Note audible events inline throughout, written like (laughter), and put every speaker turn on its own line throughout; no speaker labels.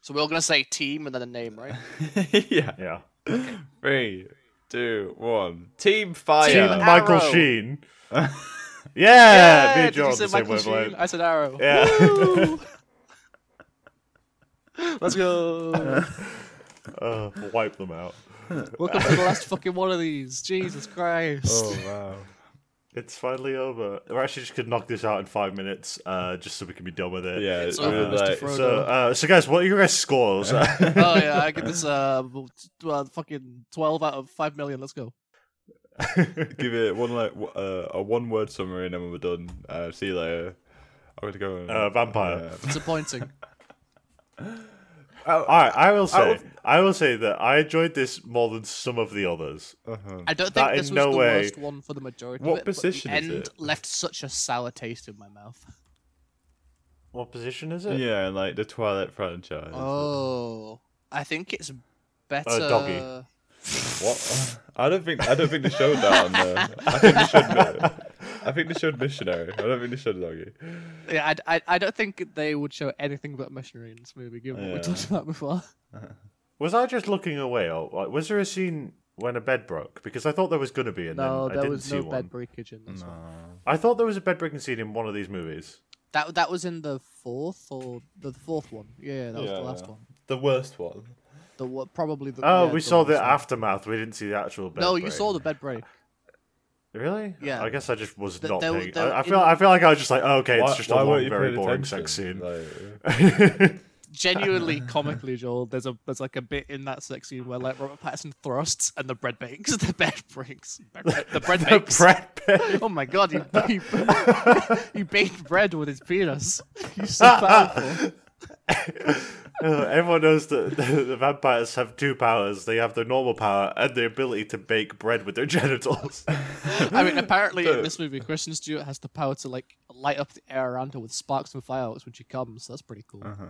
So we're all gonna say team and then a name,
(laughs)
right?
(laughs) yeah.
Yeah.
Three, two, one. Team Fire.
Team
Team
Arrow. (laughs)
Michael (laughs) Sheen. yeah, me and
did
Joel
you
are
say
the same
Michael Sheen?
wavelength.
I said Arrow. (laughs)
(laughs) Yeah.
Let's go.
Uh, wipe them out.
Welcome to the last fucking one of these. Jesus Christ.
Oh, wow.
It's finally over. Or actually, just could knock this out in five minutes, uh, just so we can be done with it.
Yeah,
It's
we were
over, Mr.
like-
Frodo.
So, uh, so guys, what are your guys' (laughs) scores?
Oh, yeah, I give this uh, uh fucking twelve out of five million. Let's go.
give it one like w- uh, a one word summary and then we're done. Uh, see you later. I'm gonna go. and-
Uh, vampire.
Yeah.
Disappointing.
All right, I will say,
I
I,
will-
will say that I enjoyed this more than some of the others.
Uh-huh.
I don't
That
think this
in
was
no
the
way.
worst one for the majority.
What
of it, but
position
the
is
end
it?
left such a sour taste in my mouth.
What position is it?
Yeah, and like the Twilight franchise.
Oh, I think it's better.
doggy.
What? I don't think I don't think they showed that on there. I think they showed. I think they showed missionary. I don't think they showed Loggy.
Yeah, I, I, I don't think they would show anything but missionary in this movie, given what
Yeah.
we talked about before.
Was I just looking away, or like, was there a scene when a bed broke? Because I thought there was gonna be, and
No,
then I
there
didn't
was
see
no
one.
bed breakage in this one.
I thought there was a bed breaking scene in one of these movies.
That that was in the fourth or the fourth one. Yeah, that was
Yeah,
the last
yeah.
one.
The worst one.
The wa- probably the.
Oh,
yeah,
we saw the
last one.
aftermath. We didn't see the actual bed.
No,
break.
you saw the bed break.
Really?
Yeah.
I guess I just was
Th-
not.
there were-
paying...
there were
I, I
in-
feel. I feel like I was just like, oh, okay,
Why-
it's just a
why weren't
long,
you
very
paying
boring
attention?
sex scene.
Like, (laughs)
(laughs)
Genuinely, comically, Joel. There's a there's like a bit in that sex scene where like Robert Pattinson thrusts and the bread bakes. (laughs) The bed breaks. The bread
(laughs) the
bakes.
bread bed.
Oh my god, he, he,
(laughs)
he baked bread with his penis. (laughs) He's so powerful.
Uh, (laughs) Everyone knows that (laughs) the, the vampires have two powers. They have the normal power and the ability to bake bread with their (laughs) genitals.
I mean, apparently in this movie, Kristen Stewart has the power to like light up the air around her with sparks and fireworks when she comes. That's pretty cool.
do,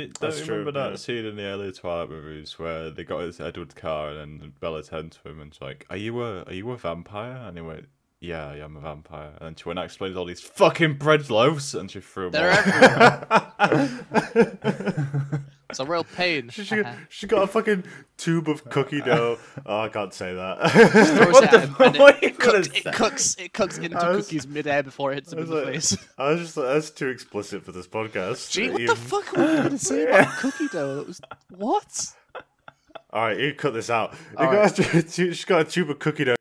don't
That's
you remember
true,
that
yeah.
scene in the earlier Twilight movies where they got his Edward's car and then Bella turned to him and was like, "Are you a Are you a vampire?" And he went, "Yeah, I am a vampire." And then she went and explained all these fucking bread loaves and she threw them.
They're
(laughs) all.
everywhere. it's a real pain. (laughs)
she, she,
Uh-huh.
she got a fucking tube of
(laughs)
cookie dough. Oh, I can't say that. (laughs)
Throws
What
it
the
at him,
fuck?
and it-
What are you
It cooks-
gonna say?
it cooks. It cooks into
was-
cookies midair before it hits him in the
like-
face.
(laughs) I was just like, that's too explicit for this podcast.
Gee, what
Even-
the fuck were you gonna say about
(laughs)
cookie dough? That was what?
All right, you cut this out. (laughs) You
All
got a tu- she's got a tube of cookie dough.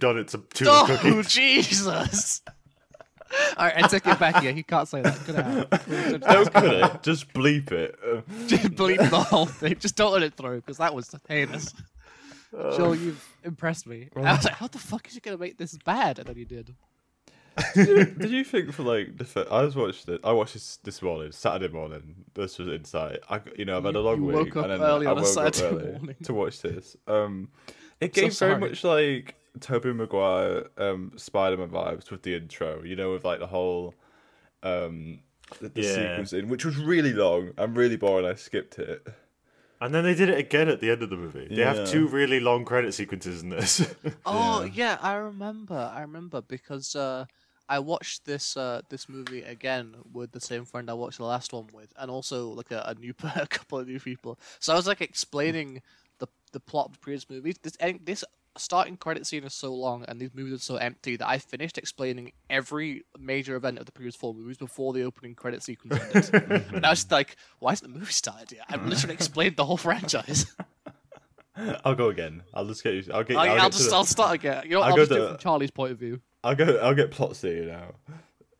Done it's a tube
Oh (laughs)
of cookie.
Jesus! (laughs) All right, I take it back. Yeah, he can't say that. Could
(laughs)
have.
Don't cut it. Just bleep it.
Just (laughs) bleep the whole thing. Just don't let it through because that was heinous. Joel, you've impressed me. I was like, how the fuck is you gonna make this bad? And then you did.
(laughs) Did you think for like the fir- I was watched it. I watched this this morning, Saturday morning. This was inside. I you know I've had a
You-
long
you
week.
woke up
and then
early
I
on a
woke up
Saturday
early
morning.
to watch this. Um, it
So
gave very
sorry.
much like Toby Maguire um Spider Man vibes with the intro. You know, with like the whole um the, the
Yeah.
sequence in, which was really long and really boring. I skipped it.
And then they did it again at the end of the movie. They
Yeah.
have two really long credit sequences in this. (laughs)
Oh yeah, I remember. I remember because uh, I watched this uh, this movie again with the same friend I watched the last one with, and also like a, a new (laughs) per- a couple of new people. So I was like explaining the the plot of the previous movies. This en- this starting credit scene is so long, and these movies are so empty that I finished explaining every major event of the previous four movies before the opening credit sequence
(laughs)
ended. and I was just like, "Why isn't the movie started yet?" I've literally explained the whole franchise.
I'll go again. I'll just get you. I'll get.
I'll,
I'll,
I'll,
get to
just
the-
I'll start again. You know,
I'll
I'll,
go
just do
to-
it from Charlie's point of view.
I'll go. I'll get plot C now.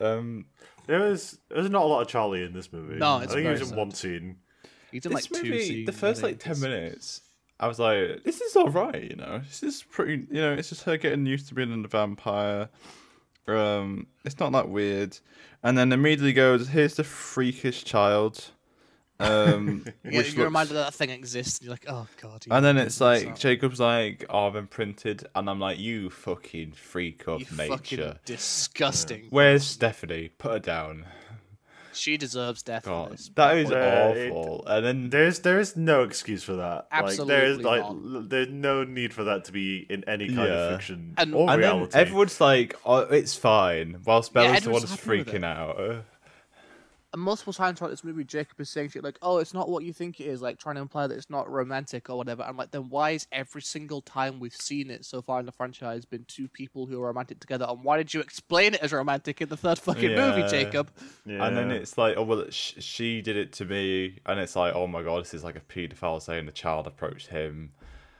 Um,
there was there's not a lot of Charlie in this movie.
No,
I
it's
think he
very
was in
sad.
one scene.
He's in
this
like two
movie,
scenes,
the first
I
like
think.
ten minutes, I was like, "This is all right," you know. This is pretty, you know. It's just her getting used to being a vampire. Um, it's not that weird. And then immediately goes, "Here's the freakish child." Um,
You
which
get-
looks-
you're reminded that that thing exists, and you're like, oh god. he
and then it's
made this
like
up.
Jacob's like, oh, "I've been printed," and I'm like, "You fucking freak of
you
nature."
fucking (laughs) disgusting.
Where's Stephanie? Put her down.
She deserves death. for
God,
this.
that is
Well, it-
awful. And then
There's there is no excuse for that. like there is
Absolutely
like
not.
l- there's no need for that to be in any kind
Yeah.
of fiction
And-
or
And
reality.
then everyone's like, oh, it's fine, whilst Bella's the
Edward's
one's
happy with
freaking
it.
out.
and multiple times throughout this movie, Jacob is saying shit like, "Oh, it's not what you think it is," like trying to imply that it's not romantic or whatever. I'm like, then why is every single time we've seen it so far in the franchise been two people who are romantic together? And why did you explain it as romantic in the third fucking movie,
Yeah.
Jacob?
Yeah.
And then it's like, oh well, sh- she did it to me, and it's like, oh my god, this is like a paedophile saying the child approached him.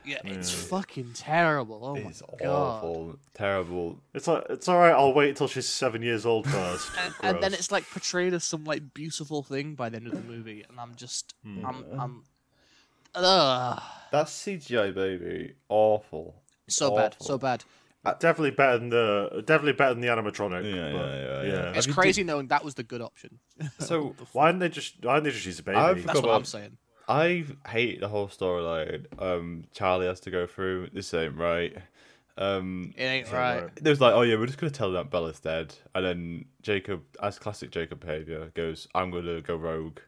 Yeah, it's fucking terrible. Oh
It's
my god.
awful, terrible.
it's like it's all right. I'll wait till she's seven years old first.
(laughs) and, and then
Gross.
it's like portrayed as some like beautiful thing by the end of the movie, and I'm just,
Hmm.
I'm, I'm, ugh,
That CGI baby, awful.
so bad, so bad.
Uh, definitely better than the definitely better than the animatronic.
Yeah,
but,
yeah, yeah, yeah.
It's
you
crazy knowing that was the good option.
So
Why didn't they just Why didn't they just use a baby?
I've
That's
Forgot
what I'm
about-
saying.
I hate the whole storyline. Um, Charlie has to go through. This ain't right. Um,
It ain't right.
right.
There's like, oh yeah, we're just gonna tell them that Bella's dead, and then Jacob, as classic Jacob behavior, goes, I'm gonna go rogue,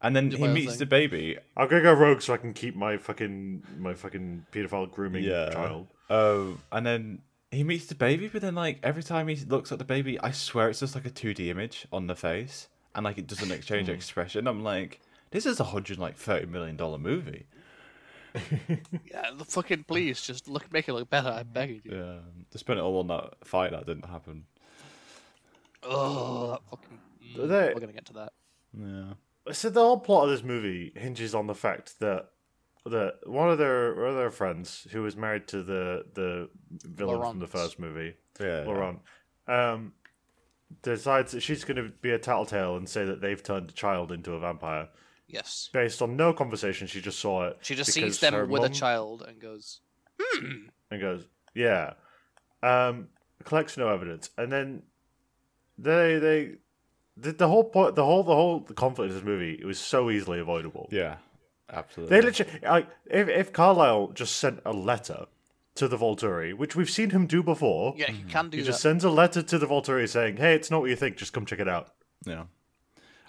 and then he
my own
meets
thing.
the baby.
I'm gonna go rogue so I can keep my fucking my fucking pedophile grooming
Yeah.
child.
Um, and then he meets the baby, but then like every time he looks at the baby, I swear it's just like a 2D image on the face, and like it doesn't exchange expression. I'm like, this is a hundred like thirty million dollar movie.
Yeah, the fucking please just look, make it look better. I beg of you.
Yeah, they spent it all on that fight that didn't happen.
Oh, that fucking. mm,
They-
We're gonna get to that.
Yeah.
So the whole plot of this movie hinges on the fact that that one of their one of their friends who was married to the the villain from the
Laurent.
first movie,
Yeah.
Laurent, um, decides that she's going to be a tattletale and say that they've turned a child into a vampire
Yes,
based on no conversation. She just saw it.
she just
because
sees them
her
with a
mum-
child and goes,
and goes, "Yeah." Um, collects no evidence, and then they they the, the whole point, the whole the whole conflict of this movie it was so easily avoidable.
Yeah. Absolutely.
They literally like if if Carlyle just sent a letter to the Volturi, which we've seen him do before.
"Yeah, you can do
He
that."
just sends a letter to the Volturi saying, "Hey, it's not what you think. Just come check it out."
yeah.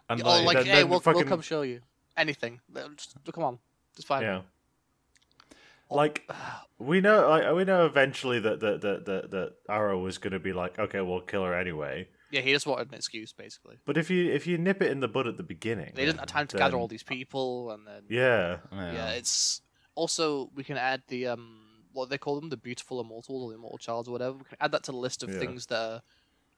And
oh, like,
then-
hey,
then
we'll, we'll
fucking-
come show you anything. Just, come on, it's fine.
Yeah. Like we know, like we know eventually that that that that, that Arrow was going to be like, okay, we'll kill her anyway.
Yeah, he just wanted an excuse, basically.
But if you if you nip it in the bud at the beginning,
They didn't have time to gather all these people, and then
yeah,
yeah.
yeah.
it's also we can add the um what they call them, the beautiful immortal or the immortal childs or whatever. We can add that to the list of
Yeah.
things that are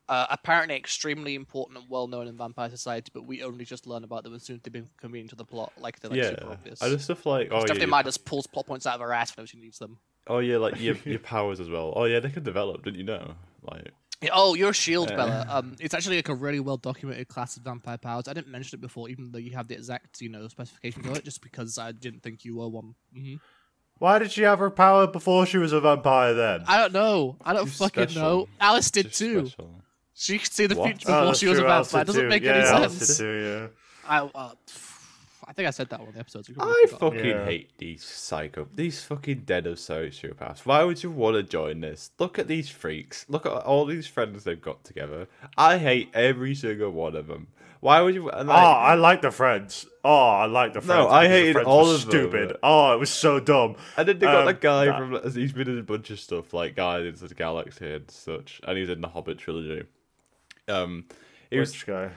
uh, apparently extremely important and well known in vampire society, but we only just learn about them as soon as they become convenient to the plot, like they're like
yeah.
super obvious.
I just stuff like oh yeah,
Stephanie
your-
Meyer just pulls plot points out of her ass whenever she needs them.
oh yeah, like (laughs) your your powers as well. Oh yeah, they could develop, didn't you know? Like
Yeah, Oh, your shield,
Yeah.
Bella. Um, it's actually like a really well documented class of vampire powers. I didn't mention it before, even though you have the exact, you know, specification for it, just because I didn't think you were one. hmm
Why did she have her power before she was a vampire then?
I don't know. I don't
She's
fucking
special.
know. Alice did
just
too.
special.
She could see the
What?
future before
that's
she was
Oh, true,
a
Alistair
vampire. Doesn't
too.
make
yeah,
any
Alistair
sense.
too,
(laughs)
yeah.
I, uh, I think I said that on the episodes. we probably
I
forgot.
fucking
Yeah.
hate these psycho, these fucking dead of sociopaths. Why would you want to join this? Look at these freaks. Look at all these friends they've got together. I hate every single one of them. Why would you? and,
Oh,
Like,
I like the friends. Oh, I like the friends.
I
because the
hated
Friends
all
were
of them.
Stupid. Oh, it was so dumb.
And then they got
Um,
that guy from like, he's been in a bunch of stuff like Guardians of the Galaxy and such, and he's in the Hobbit trilogy. Um, he was
Which guy?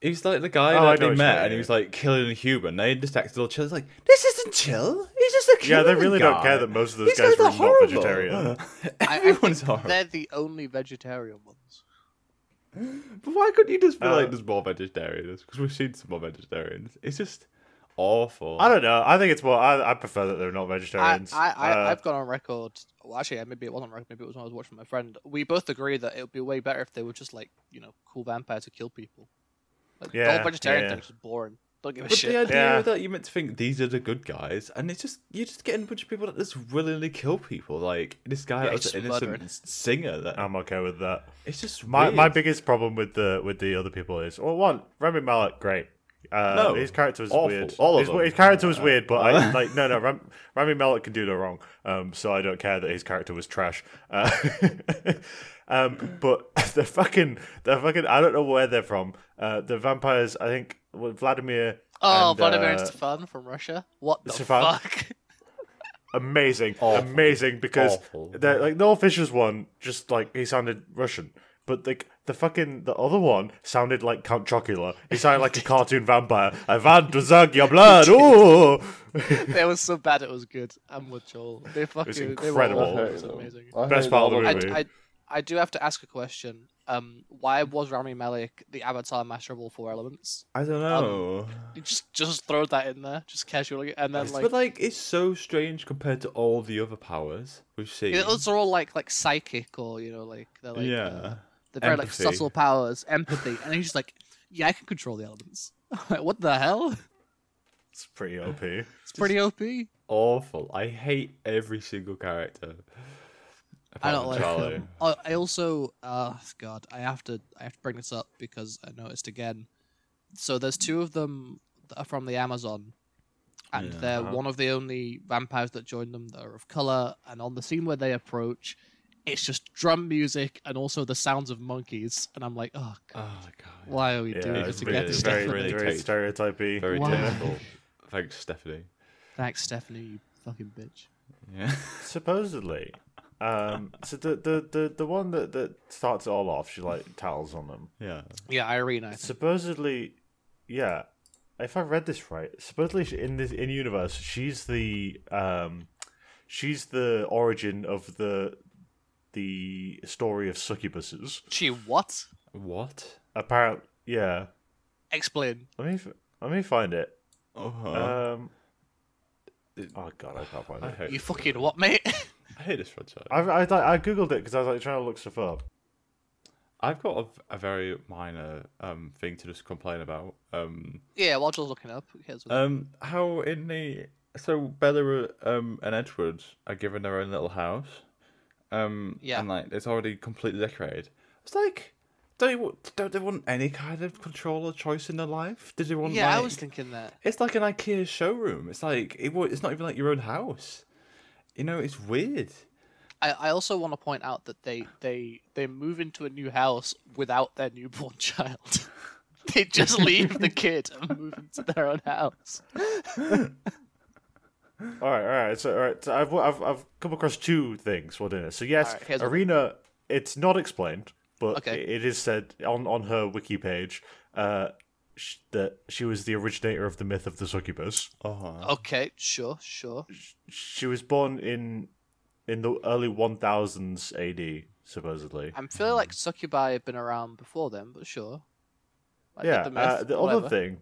he was like the guy
Oh, I know
that they
which
met,
guy,
and he
yeah.
was like killing a human. They just acted all chill. It's like this isn't chill. He's just a
Yeah,
human
they really don't
guy.
care that most of those
These
guys were
are
not
horrible. (laughs)
vegetarian.
(laughs) I- I think
Everyone's horrible.
They're the only vegetarian ones.
But why couldn't you just be
Uh,
like there's more vegetarians? Because we've seen some more vegetarians. It's just awful.
I don't know. I think it's more. I, I prefer that they're not
I,
vegetarians.
I, I,
Uh,
I've gone on record. Well, actually, yeah, maybe it wasn't record. Maybe it was when I was watching my friend. We both agree that it would be way better if they were just like you know cool vampires who kill people. Like, the
Yeah,
whole vegetarian
yeah.
thing's just boring. Don't give a
But
Oh, shit.
the idea
Yeah.
that you meant to think these are the good guys, and it's just you're just getting a bunch of people that just willingly kill people. Like this
Yeah,
guy that was
just
an innocent
murdering.
singer. That
I'm okay with that.
it's just
Um, My
weird.
my biggest problem with the with the other people is well one Remy Malek great. Uh,
No,
his character was
awful.
weird.
All of
his,
them. Uh,
his character was weird, but I like no no Ram, Rami Malek can do no wrong. Um, so I don't care that his character was trash. Uh, (laughs) um, but (laughs) the fucking the fucking I don't know where they're from. Uh, the vampires I think were Vladimir.
oh,
and,
Vladimir and
uh,
Stefan from Russia. What the
Stefan?
fuck?
amazing,
Awful.
amazing because
Awful.
they're like Noel Fisher's one just like he sounded Russian. But the the fucking the other one sounded like Count Chocula. He
(laughs)
sounded like a cartoon vampire. I want to suck your blood. Ooh.
They were so bad (laughs) it was good. I'm with Joel. They fucking They
incredible.
were awful. It was
I
amazing.
hate
Best part of the
all
I,
movie.
I, I do have to ask a question. Um, why was Rami Malek the Avatar master of all four elements?
I don't
Um,
know.
You just just throw that in there, just casually, and then like
but like, it's so strange compared to all the other powers we've seen.
Yeah, those are all like like psychic or you know like they're like
yeah.
uh, they're very
Empathy.
like subtle powers, empathy, and he's just like, yeah, I can control the elements. (laughs) Like, what the hell?
It's pretty OP.
(laughs) It's pretty OP.
Awful. I hate every single character.
I
apart
don't
from
like
Charlie.
them. Oh, I also, oh God, I have to, I have to bring this up because I noticed again. So there's two of them that are from the Amazon, and
Yeah. uh-huh.
they're one of the only vampires that join them that are of color. And on the scene where they approach, it's just drum music and also the sounds of monkeys. And I'm like, oh, God,
(laughs) Oh god.
why are we
Yeah,
doing
it's
this to
really-
get this
very,
Stephanie?
really
very
tight.
stereotypy.
Very
Why?
difficult. Thanks, Stephanie.
Thanks, Stephanie, you fucking bitch.
Yeah. (laughs)
Supposedly. Um, so the, the, the, the one that, that starts it all off, she like towels on them.
Yeah.
Yeah, Irene. I think.
Supposedly, yeah. If I read this right, supposedly she- in this in universe, she's the um, she's the origin of the the story of succubuses.
She what?
What?
Apparently, yeah.
Explain.
Let me f- let me find it.
Uh-huh.
Um,
It-
oh god, I can't find
I
it.
hate.
You fucking what, mate? (laughs)
I hate this franchise.
I I, I, I googled it because I was like trying to look stuff up.
I've got a, a very minor um thing to just complain about. Um,
yeah, while Joel's looking up, who cares what-
um, how in the so Bella um and Edward are given their own little house. Um,
Yeah.
and like it's already completely decorated. It's like. Don't, you, don't they want any kind of control or choice in their life? Did they want
yeah,
like,
I was thinking that.
It's like an IKEA showroom. It's like it, wa- it's not even like your own house. You know, it's weird.
I, I also want to point out that they, they they move into a new house without their newborn (laughs) child. they just leave the kid and move into their own house.
All right, all right. So, all right. So I've, I've, I've come across two things. What in it? So yes,
All right, here's one.
arena. It's not explained, but
Okay.
it is said on on her wiki page uh, sh- that she was the originator of the myth of the succubus.
Uh huh.
Okay, sure, sure.
She was born in in the early one thousands AD, supposedly.
I'm feeling like succubi have been around before then, but sure. Like,
yeah.
myth,
uh, the
whatever.
other thing,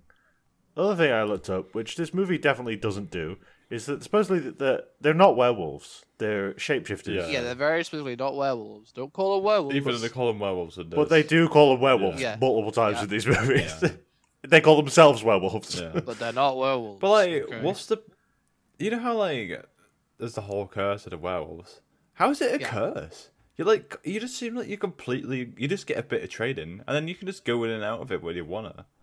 other thing I looked up, which this movie definitely doesn't do, is that supposedly that they're, they're not werewolves. They're shapeshifters.
Yeah.
Yeah, they're very specifically not werewolves. Don't call them werewolves.
Even in the column werewolves and
But they do call them werewolves
Yeah. Yeah.
multiple times
Yeah.
in these movies. (laughs) they call themselves werewolves.
Yeah.
But they're not werewolves.
But like,
okay?
what's the? You know how like there's the whole curse of the werewolves. How is it a
Yeah.
curse? You're like you just seem like you completely you just get a bit of trading and then you can just go in and out of it when you wanna.
(laughs)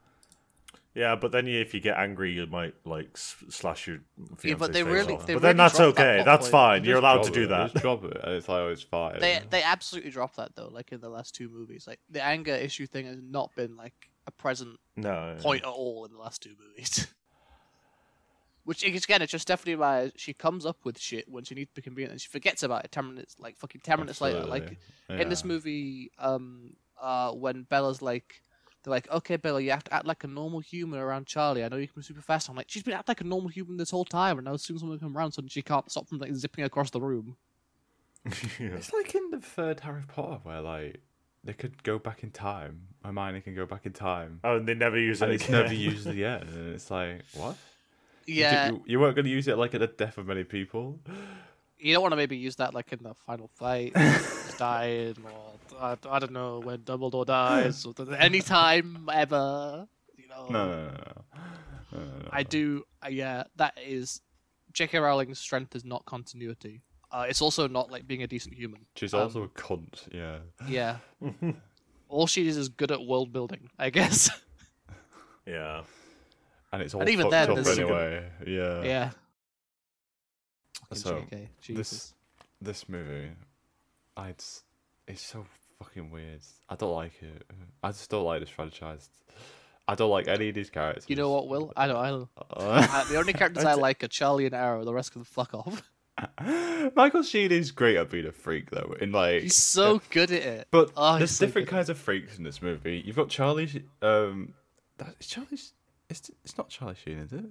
Yeah, but then you, if you get angry, you might like s- slash your fiance's
but they
face
really-
off.
they
but
really
then that's
dropped that
okay.
plot
that's
point.
fine.
You
You're
just
allowed
drop
to do
it,
that.
Just drop it and it's like oh, it's fine.
They they absolutely dropped that though. Like in the last two movies, like the anger issue thing has not been like a present
(laughs) No.
point at all in the last two movies. (laughs) Which is- again, it's just Stephanie Meyer. She comes up with shit when she needs to be convenient, and she forgets about it ten minutes, like fucking ten minutes later. Like
Absolutely.
in this
Yeah.
movie, um, uh, when Bella's like, they're like, okay, Bella, you have to act like a normal human around Charlie. I know you can move super fast. I'm like, she's been acting like a normal human this whole time, and now as soon as someone comes around, suddenly she can't stop from like zipping across the room.
It's like in the third Harry Potter where like they could go back in time. Hermione can go back in time.
oh, and they never use it.
And it's
again. (laughs)
never used again. And it's like, what? You did-
Yeah,
You, you weren't going to use it like at the death of many people.
you don't want to maybe use that like in the final fight, when dying or I, I don't know when Dumbledore dies or th- any time ever. You know,
No, no, no, no. no, no, no.
Oh. I do. Uh, yeah, that is J.K. Rowling's strength is not continuity. Uh, it's also not like being a decent human.
She's
um,
also a cunt. Yeah. (laughs)
Yeah, all she is is good at world building, I guess.
Yeah.
And it's all
even
fucked
then,
up
there's-
anyway.
(laughs)
Yeah.
yeah. Fucking
So,
J.K. Jesus.
This movie, I it's, it's so fucking weird. I don't like it. I just don't like this franchise. I don't like any of these characters. (laughs)
You know what, Will? I don't. I don't.
Uh,
Uh, the only characters I like are Charlie and Arrow. The rest can fuck off.
Michael Sheen is great at being a freak, though. In like,
He's so good at it.
but
Oh,
there's
he's so
different
good.
kinds of freaks in this movie. You've got Charlie. Sh- Um, that, is Charlie. Sh- It's it's not Charlie Sheen, is it?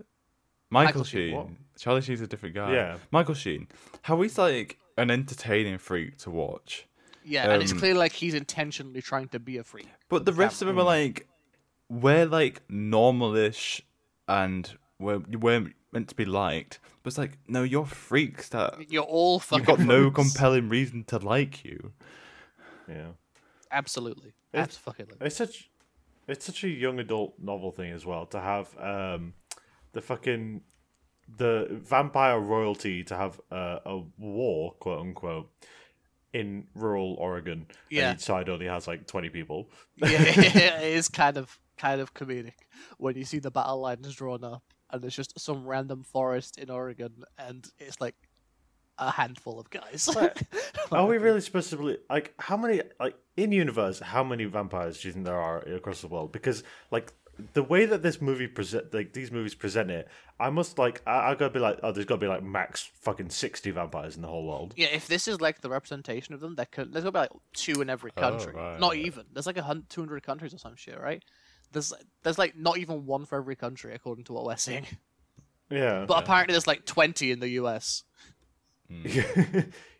Michael,
Michael Sheen,
Sheen.
what?
Charlie Sheen's a different guy.
Yeah.
Michael Sheen. How he's like an entertaining freak to watch.
Yeah, and it's
Um,
clear like he's intentionally trying to be a freak.
But the rest of them are like, we're like normalish, and we're we're meant to be liked. But it's like, no, you're freaks
(laughs)
that
You're all fucking.
you've got no
freaks.
compelling reason to like you.
Yeah.
Absolutely.
(laughs)
It's-
Absolutely.
It's such it's such a young adult novel thing as well to have um the fucking the vampire royalty to have a, a war quote unquote in rural Oregon.
Yeah.
And each side only has like twenty people.
yeah, (laughs) it is kind of kind of comedic when you see the battle lines drawn up and there's just some random forest in Oregon and it's like a handful of guys. (laughs)
Are we really supposed to believe like how many like in universe how many vampires do you think there are across the world? Because like the way that this movie present like these movies present it, I must like I, I gotta be like oh there's gotta be like max fucking sixty vampires in the whole world.
yeah, if this is like the representation of them, there could, there's gonna be like two in every country.
Oh, right.
Not even. There's like a hun- 200 countries or some shit, right? There's there's like not even one for every country according to what we're seeing.
Yeah.
But apparently there's like 20 in the US.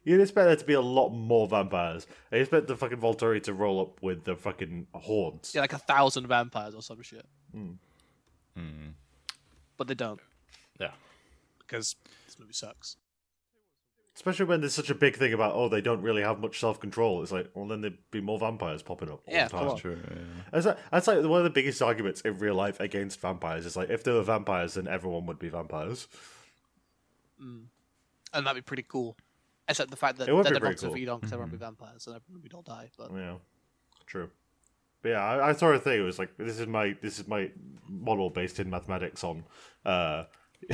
You'd expect there to be a lot more vampires. I expect the fucking Volturi to roll up with the fucking horns.
Yeah, like a thousand vampires or some shit.
Hmm.
But they don't
Yeah.
because this movie sucks.
Especially when there's such a big thing about, oh, they don't really have much self control. It's like, well, then there'd be more vampires popping up all
Yeah,
the time.
come on.
True. yeah.
That's like, that's like one of the biggest arguments in real life against vampires. It's like, if there were vampires, then everyone would be vampires.
and that'd be pretty cool. Except the fact that
It would
that
be
they're
pretty
not to
cool.
feed on because everyone be vampires and everyone would all die.
(laughs)
But
Yeah, true. But yeah, I, I saw a thing. It was like this is my this is my model based in mathematics on uh (laughs)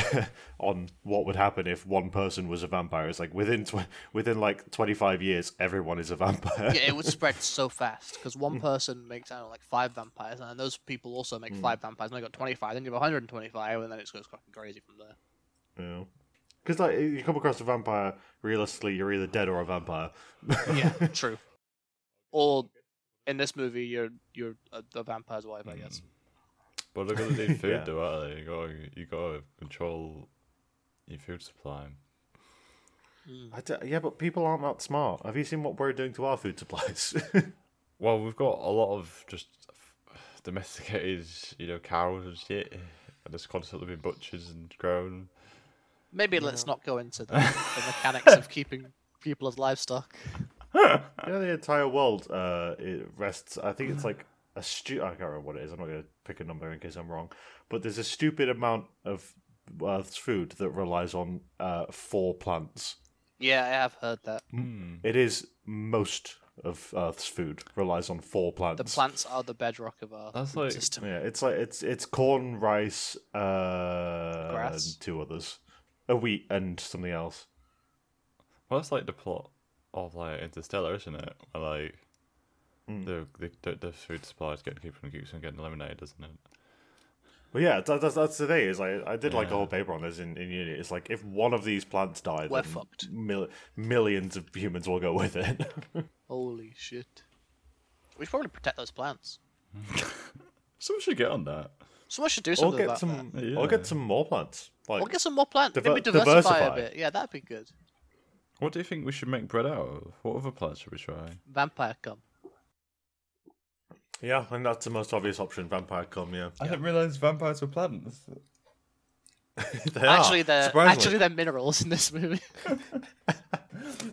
on what would happen if one person was a vampire. It's like within tw- within like twenty five years, everyone is a vampire.
yeah, it would spread so fast because one person makes I don't know, like five vampires, and then those people also make
Hmm.
five vampires, and they got twenty five, then you have one hundred and twenty five, and then it just goes fucking crazy from
(laughs)
there.
(laughs) Yeah. Because like you come across a vampire, realistically, you're either dead or a vampire.
Yeah, true. Or in this movie, you're you're a, a vampire's wife, I guess.
Mm. But they're gonna (laughs) need food
Yeah.
though, aren't they? You gotta you gotta control your food supply.
Hmm.
I d- yeah, but people aren't that smart. Have you seen what we're doing to our food supplies? (laughs)
Well, we've got a lot of just (sighs) domesticated, you know, cows and shit, and it's constantly been butchered and grown.
Maybe let's not go into the,
(laughs)
the mechanics of keeping people as livestock.
You know, the entire world uh, it rests. I think
Mm.
it's like a stu. I can't remember what it is. I'm not going to pick a number in case I'm wrong. But there's a stupid amount of Earth's food that relies on uh, four plants.
Yeah, I have heard that.
Mm.
It is most of Earth's food relies on four plants.
The plants are the bedrock of our
That's
food
like-
system.
Yeah, it's like it's it's corn, rice, uh,
Grass.
and two others, a wheat and something else.
Well, that's like the plot of like Interstellar, isn't it? Where like the, the the the food supply is getting keeps on keeps on getting eliminated, doesn't it?
Well, yeah, that, that's that's the thing. Is like I did like a whole paper on this in, in uni. It's like if one of these plants die,
We're
then
fucked.
mil- millions of humans will go
(laughs)
with it.
Holy shit. We should probably protect those plants.
Someone should get on that.
Someone should do
I'll
something
get
about that.
some.
Yeah.
I'll get some more plants. Like
Or get some more plants.
Diver-
Maybe diversify,
diversify.
a bit. Yeah, that'd be good.
What do you think we should make bread out of? What other plants should we try?
Vampire cum.
yeah, and that's the most obvious option. Vampire
(laughs)
cum. Yeah,
I didn't realize vampires were plants.
They are,
actually, they're
surprisingly.
actually they're minerals in this movie. (laughs)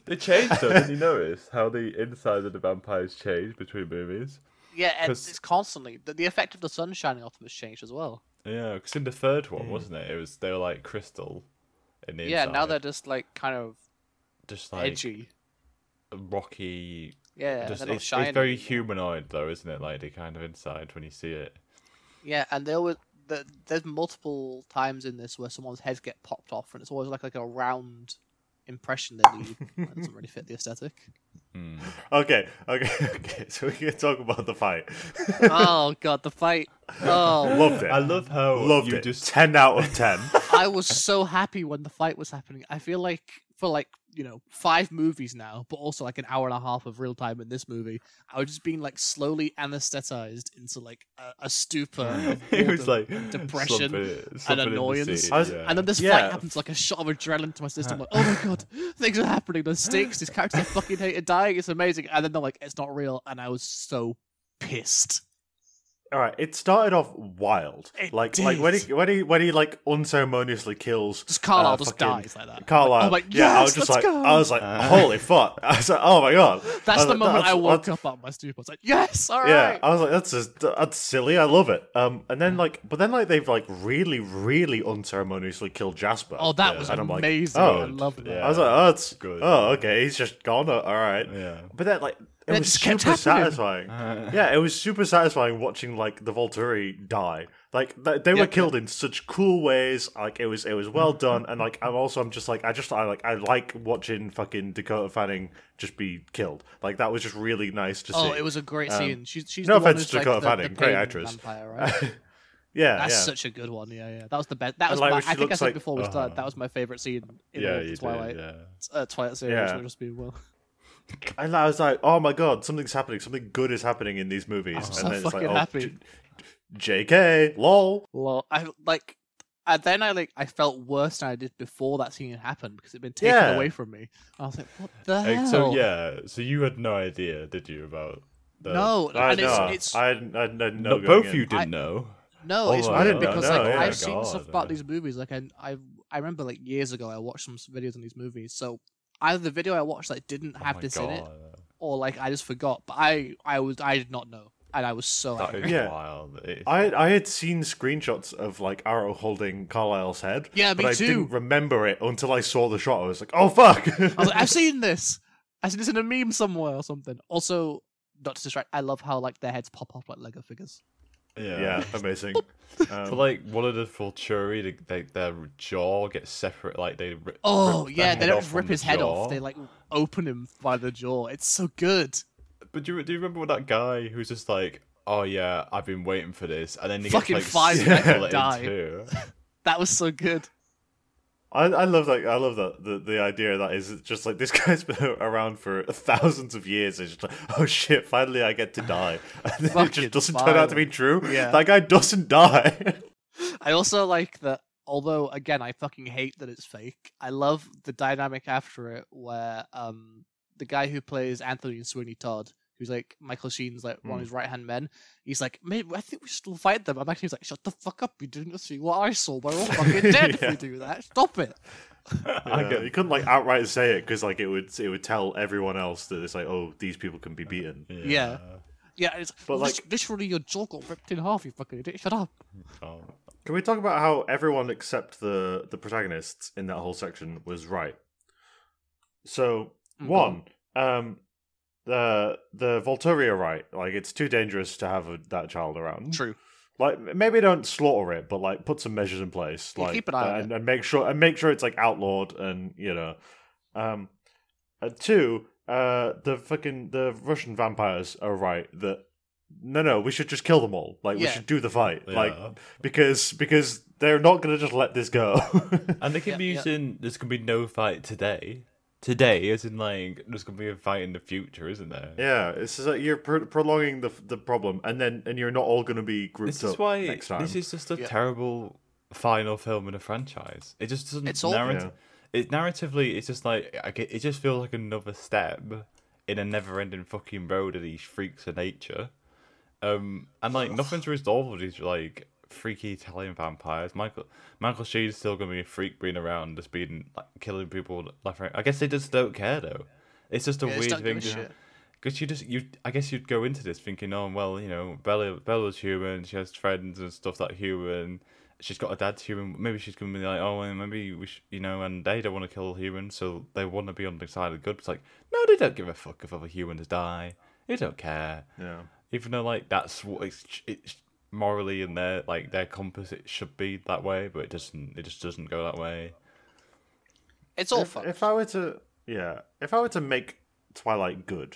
They changed though. Didn't you notice how the inside of the vampires changed between movies?
yeah, and
'Cause-
it's constantly the, the effect of the sun shining off them has changed as well.
Yeah, because in the third one, wasn't it? It was they were like crystal. In the
Yeah, now
inside.
they're just like kind of
just like
edgy.
rocky.
Yeah,
just
they're not
it's,
shiny.
it's very humanoid though, isn't it? Like the kind of inside when you see it.
Yeah, and they always the, there's multiple times in this where someone's heads get popped off, and it's always like like a round impression they
(laughs)
leave. that doesn't really fit the aesthetic.
Hmm.
okay, okay, (laughs) okay. So we can talk about the fight.
oh god, the fight! (laughs) Oh,
Loved it.
I love how
(laughs) Loved
you
it.
just
Ten (laughs) out of ten.
I was so happy when the fight was happening. I feel like for like you know five movies now, but also like an hour and a half of real time in this movie. I was just being like slowly anesthetized into like a, a stupor. Of
(laughs) it
boredom
was like
and depression.
slump it- slump it in the
annoyance.
seat,
I was-
yeah.
And then this
Yeah.
fight happens like a shot of adrenaline to my system. Like, oh my god, (laughs) things are happening. There's stakes. These characters are fucking hated dying. It's amazing. And then they're like, it's not real. And I was so pissed.
All right, it started off wild.
It
like like when
did.
he when he when he like unceremoniously kills
Just Carlisle
uh,
just
fucking
dies like that.
Carlisle.
I'm like, oh
yeah, I was
yes,
just
let's
like
go.
I was like
Uh.
holy fuck. I was like oh my god.
That's
was
the
like,
moment
that's-
I woke up
that's-
out of my stupor. I was like, yes, all right.
Yeah, I was like, that's just that's silly. I love it. Um, and
Mm.
then like, but then like they've like really, really unceremoniously killed Jasper.
oh, that
Yeah.
was
and I'm like,
amazing. I
oh,
love that.
yeah.
I was like, oh, that's
Good.
good. Oh, okay, he's just gone. uh, All right.
Yeah.
(laughs)
(laughs)
But then like, it
And it
was
just kept
super
happening.
satisfying.
Uh.
yeah, it was super satisfying watching like the Volturi die. Like th- they
Yeah.
were killed in such cool ways. Like it was, it was well done. And like I'm also, I'm just like, I just, I like, I like watching fucking Dakota Fanning just be killed. Like that was just really nice to see. Um,
Oh, it was a great scene. She's she's
no
the one
offense
who's,
to
like,
Dakota
the- the
Fanning, great
pain
actress. (laughs)
Vampire, right?
(laughs) yeah,
That's
yeah.
such a good one. Yeah, yeah. That was the best. That
And,
was
like,
my,
when she
I think I
looks
said
like-
before we started.
uh-huh.
That was my favorite scene in all
Yeah,
of
you
the
did,
Twilight
yeah.
uh, Twilight series.
Yeah.
would just be well.
And I was like, oh my god, something's happening. Something good is happening in these movies.
I'm
and
so
then it's like,
fucking
oh,
happy.
J- JK, lol.
Well, I like, and then I like I felt worse than I did before that scene had happened because it'd been taken
Yeah.
away from me. I was like, what the
Uh,
hell?
So yeah, so you had no idea, did you, about the
No,
I
and it's,
know.
it's
I, had- I, had no,
No,
no
both
going
you
in.
didn't know.
no,
Oh
it's
my
weird
God.
because
I know,
like
yeah.
I've seen
God,
stuff about
yeah.
these movies. Like I, I, I remember like years ago I watched some s- videos on these movies. So either the video I watched like didn't
Oh
have
my
this in it,
God,
or like I just forgot. But I, I was, I did not know, and I was so
That
angry.
is
Yeah.
wild. It is
I I had seen screenshots of like Arrow holding Carlisle's head.
Yeah,
(laughs) but
me
I
too.
didn't remember it until I saw the shot. I was like, oh fuck.
I
(laughs)
was like, I've seen this. I've seen this in a meme somewhere or something. Also, not to distract, I love how like their heads pop up like Lego figures.
yeah.
yeah, amazing. Um,
But like one of the Volturi, the, they, their jaw gets separate. Like they. Rip,
Oh
rip the
yeah, they
head
don't
off
just
from
rip
the
his head
jaw.
off. They like open him by the jaw. It's so good.
But do you, do you remember that guy who's just like, oh yeah, I've been waiting for this, and then he
Fucking
gets, like,
five
(laughs)
seconds,
split
die.
in two.
(laughs)
That was so good.
I, I love like I love that the, the idea that is it's just like this (laughs) guy's been around for thousands of years. It's just like oh shit, finally I get to die, (laughs) and then it
Fucking
just doesn't turn out to be
finally.
true.
Yeah.
that guy doesn't die.
I also like that. Although again, I fucking hate that it's fake. I love the dynamic after it where um the guy who plays Anthony and Sweeney Todd. Who's like Michael Sheen's like
Hmm.
one of his right hand men? He's like, maybe I think we should all fight them. I'm actually like, shut the fuck up! You didn't see what I saw. We're all
(laughs)
fucking dead if
Yeah.
we do that. Stop it.
(laughs) I
Yeah,
get-
you couldn't like outright say it because like it would it would tell everyone else that it's like oh these people can be beaten.
Yeah. Yeah, it's
But,
lit-
like-
literally your jaw got ripped in half. You fucking idiot. Shut up.
Oh.
Can we talk about how everyone except the the protagonists in that whole section was right? So
Mm, go
one, um, the the Volturi are right. Like it's too dangerous to have a, that child around.
True.
Like maybe don't slaughter it, but like put some measures in place.
Yeah,
Like
keep an eye on
and, and make sure and make sure it's like outlawed and you know. Um, uh, two, uh, the fucking the Russian vampires are right that no, no, we should just kill them all. Like we
Yeah.
should do the fight. Like
Yeah.
because because they're not going to just let this go. (laughs)
And they could
Yeah,
be
yeah.
using there's gonna be no fight today. Today, as in like there's gonna be a fight in the future, isn't there?
yeah, it's just like you're pro- prolonging the the problem, and then and you're not all going to be grouped
This
up
is why
next time.
this is just a
Yeah.
terrible final film in a franchise. It just doesn't.
It's
It's
all-
narrat- It narratively, it's just like I get- it just feels like another step in a never-ending fucking road of these freaks of nature. Um, and like nothing's resolved with these like freaky Italian vampires. Michael Michael Sheen's still gonna be a freak being around, just being like killing people left. Right. I guess they just don't care though. It's just a
Yeah, they just
weird
don't give
thing.
a
to-
shit.
because you just you, I guess you'd go into this thinking, oh well, you know, Bella Bella's human. She has friends and stuff that are human. She's got a dad's human. Maybe she's gonna be like, oh, well, maybe we, sh-, you know, and they don't want to kill humans, so they want to be on the side of the good. It's like, no, they don't give a fuck if other humans die. They don't care.
Yeah.
Even though like that's what it's, it's morally in their like their compass, it should be that way, but it doesn't. It just doesn't go that way.
It's all
if,
fun.
if I were to yeah, if I were to make Twilight good,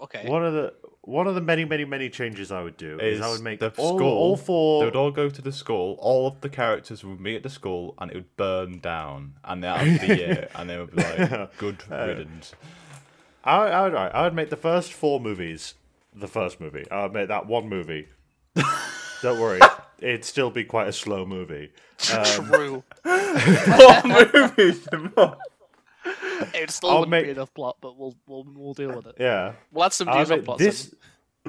okay.
one of the one of the many, many, many changes I would do is,
Is
I would make
the
all,
school.
all four.
They would all go to the school. All of the characters would meet at the school, and it would burn down. And that would be
(laughs)
it. And they would be like, "Good riddance."
I, I would. I would make the first four movies. The first movie. I would make that one movie. Don't worry, it'd still be quite a slow movie.
True.
Um,
(laughs)
It still
I'll
wouldn't
make-
be enough plot, but we'll we'll we'll deal with it.
Yeah,
We'll add some
I would
diesel
make
plots.
this.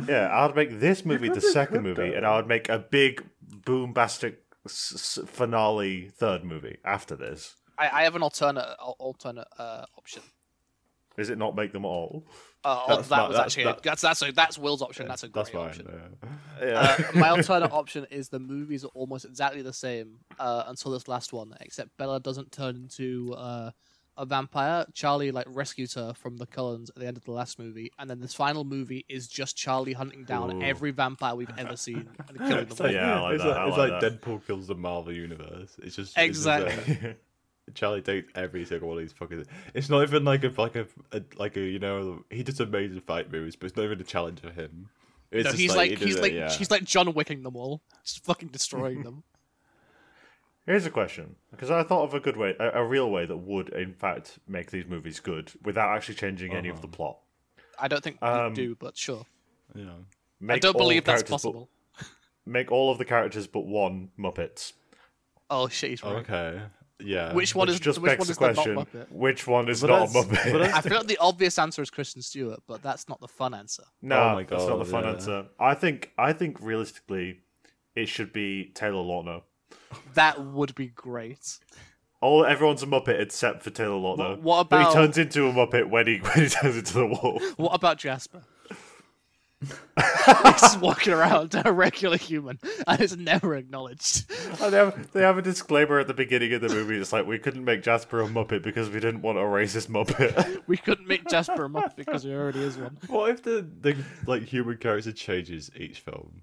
Yeah, I would make this movie the second movie, and I would make a big boombastic s- s- finale third movie after this.
I, I have an alternate al- alternate uh, option.
Is it not make them all?
Uh,
That's
that
not-
was
that-
actually
that-
that's that's a, that's Will's option. that's a great
That's fine.
option.
yeah.
(laughs)
Uh, my alternate option is the movies are almost exactly the same uh, until this last one, except Bella doesn't turn into uh, a vampire. Charlie like rescues her from the Cullens at the end of the last movie, and then this final movie is just Charlie hunting down
Ooh.
every vampire we've ever seen and killing
(laughs)
them.
It's like,
Yeah, I like
it's
that,
like,
I
it's
like
like
that.
Deadpool kills the Marvel universe. It's just it's just, uh,
exactly.
Charlie takes every single one of these fuckers. It's not even like a like a, a like a you know he does amazing fight moves, but it's not even a challenge for him. It's
No,
just
he's like,
he does
he's
it,
like
yeah.
he's like John Wicking them all, just fucking destroying them.
Here's a question, because I thought of a good way, a, a real way that would, in fact, make these movies good without actually changing any
Uh-huh.
of the plot.
I don't think we
Um,
do, but sure.
you know.
Make
I don't
all
believe that's
characters but-
possible.
make all of the characters but one Muppets.
Oh shit, he's right.
Okay. Yeah.
Which one
Which
is
just
which
begs
one
the
is the not
question:
Muppet?
which one is
But
not a
that's-
Muppet?
but that's
I feel like the obvious answer is Kristen Stewart, but that's not the fun answer.
No,
Oh my
that's not the
God,
fun
yeah.
answer. I think I think realistically, it should be Taylor Lautner.
That would be great.
All everyone's a Muppet except for Taylor Lautner.
Wh- what
But
about-
he turns into a Muppet when he (laughs) when he turns into the wolf.
What about Jasper? (laughs) He's just walking around a regular human, and it's never acknowledged.
And Oh, they, have, they have a disclaimer at the beginning of the movie. It's like we couldn't make Jasper a Muppet because we didn't want a racist Muppet.
We couldn't make Jasper a Muppet because he already is one.
What if the, the like human character changes each film?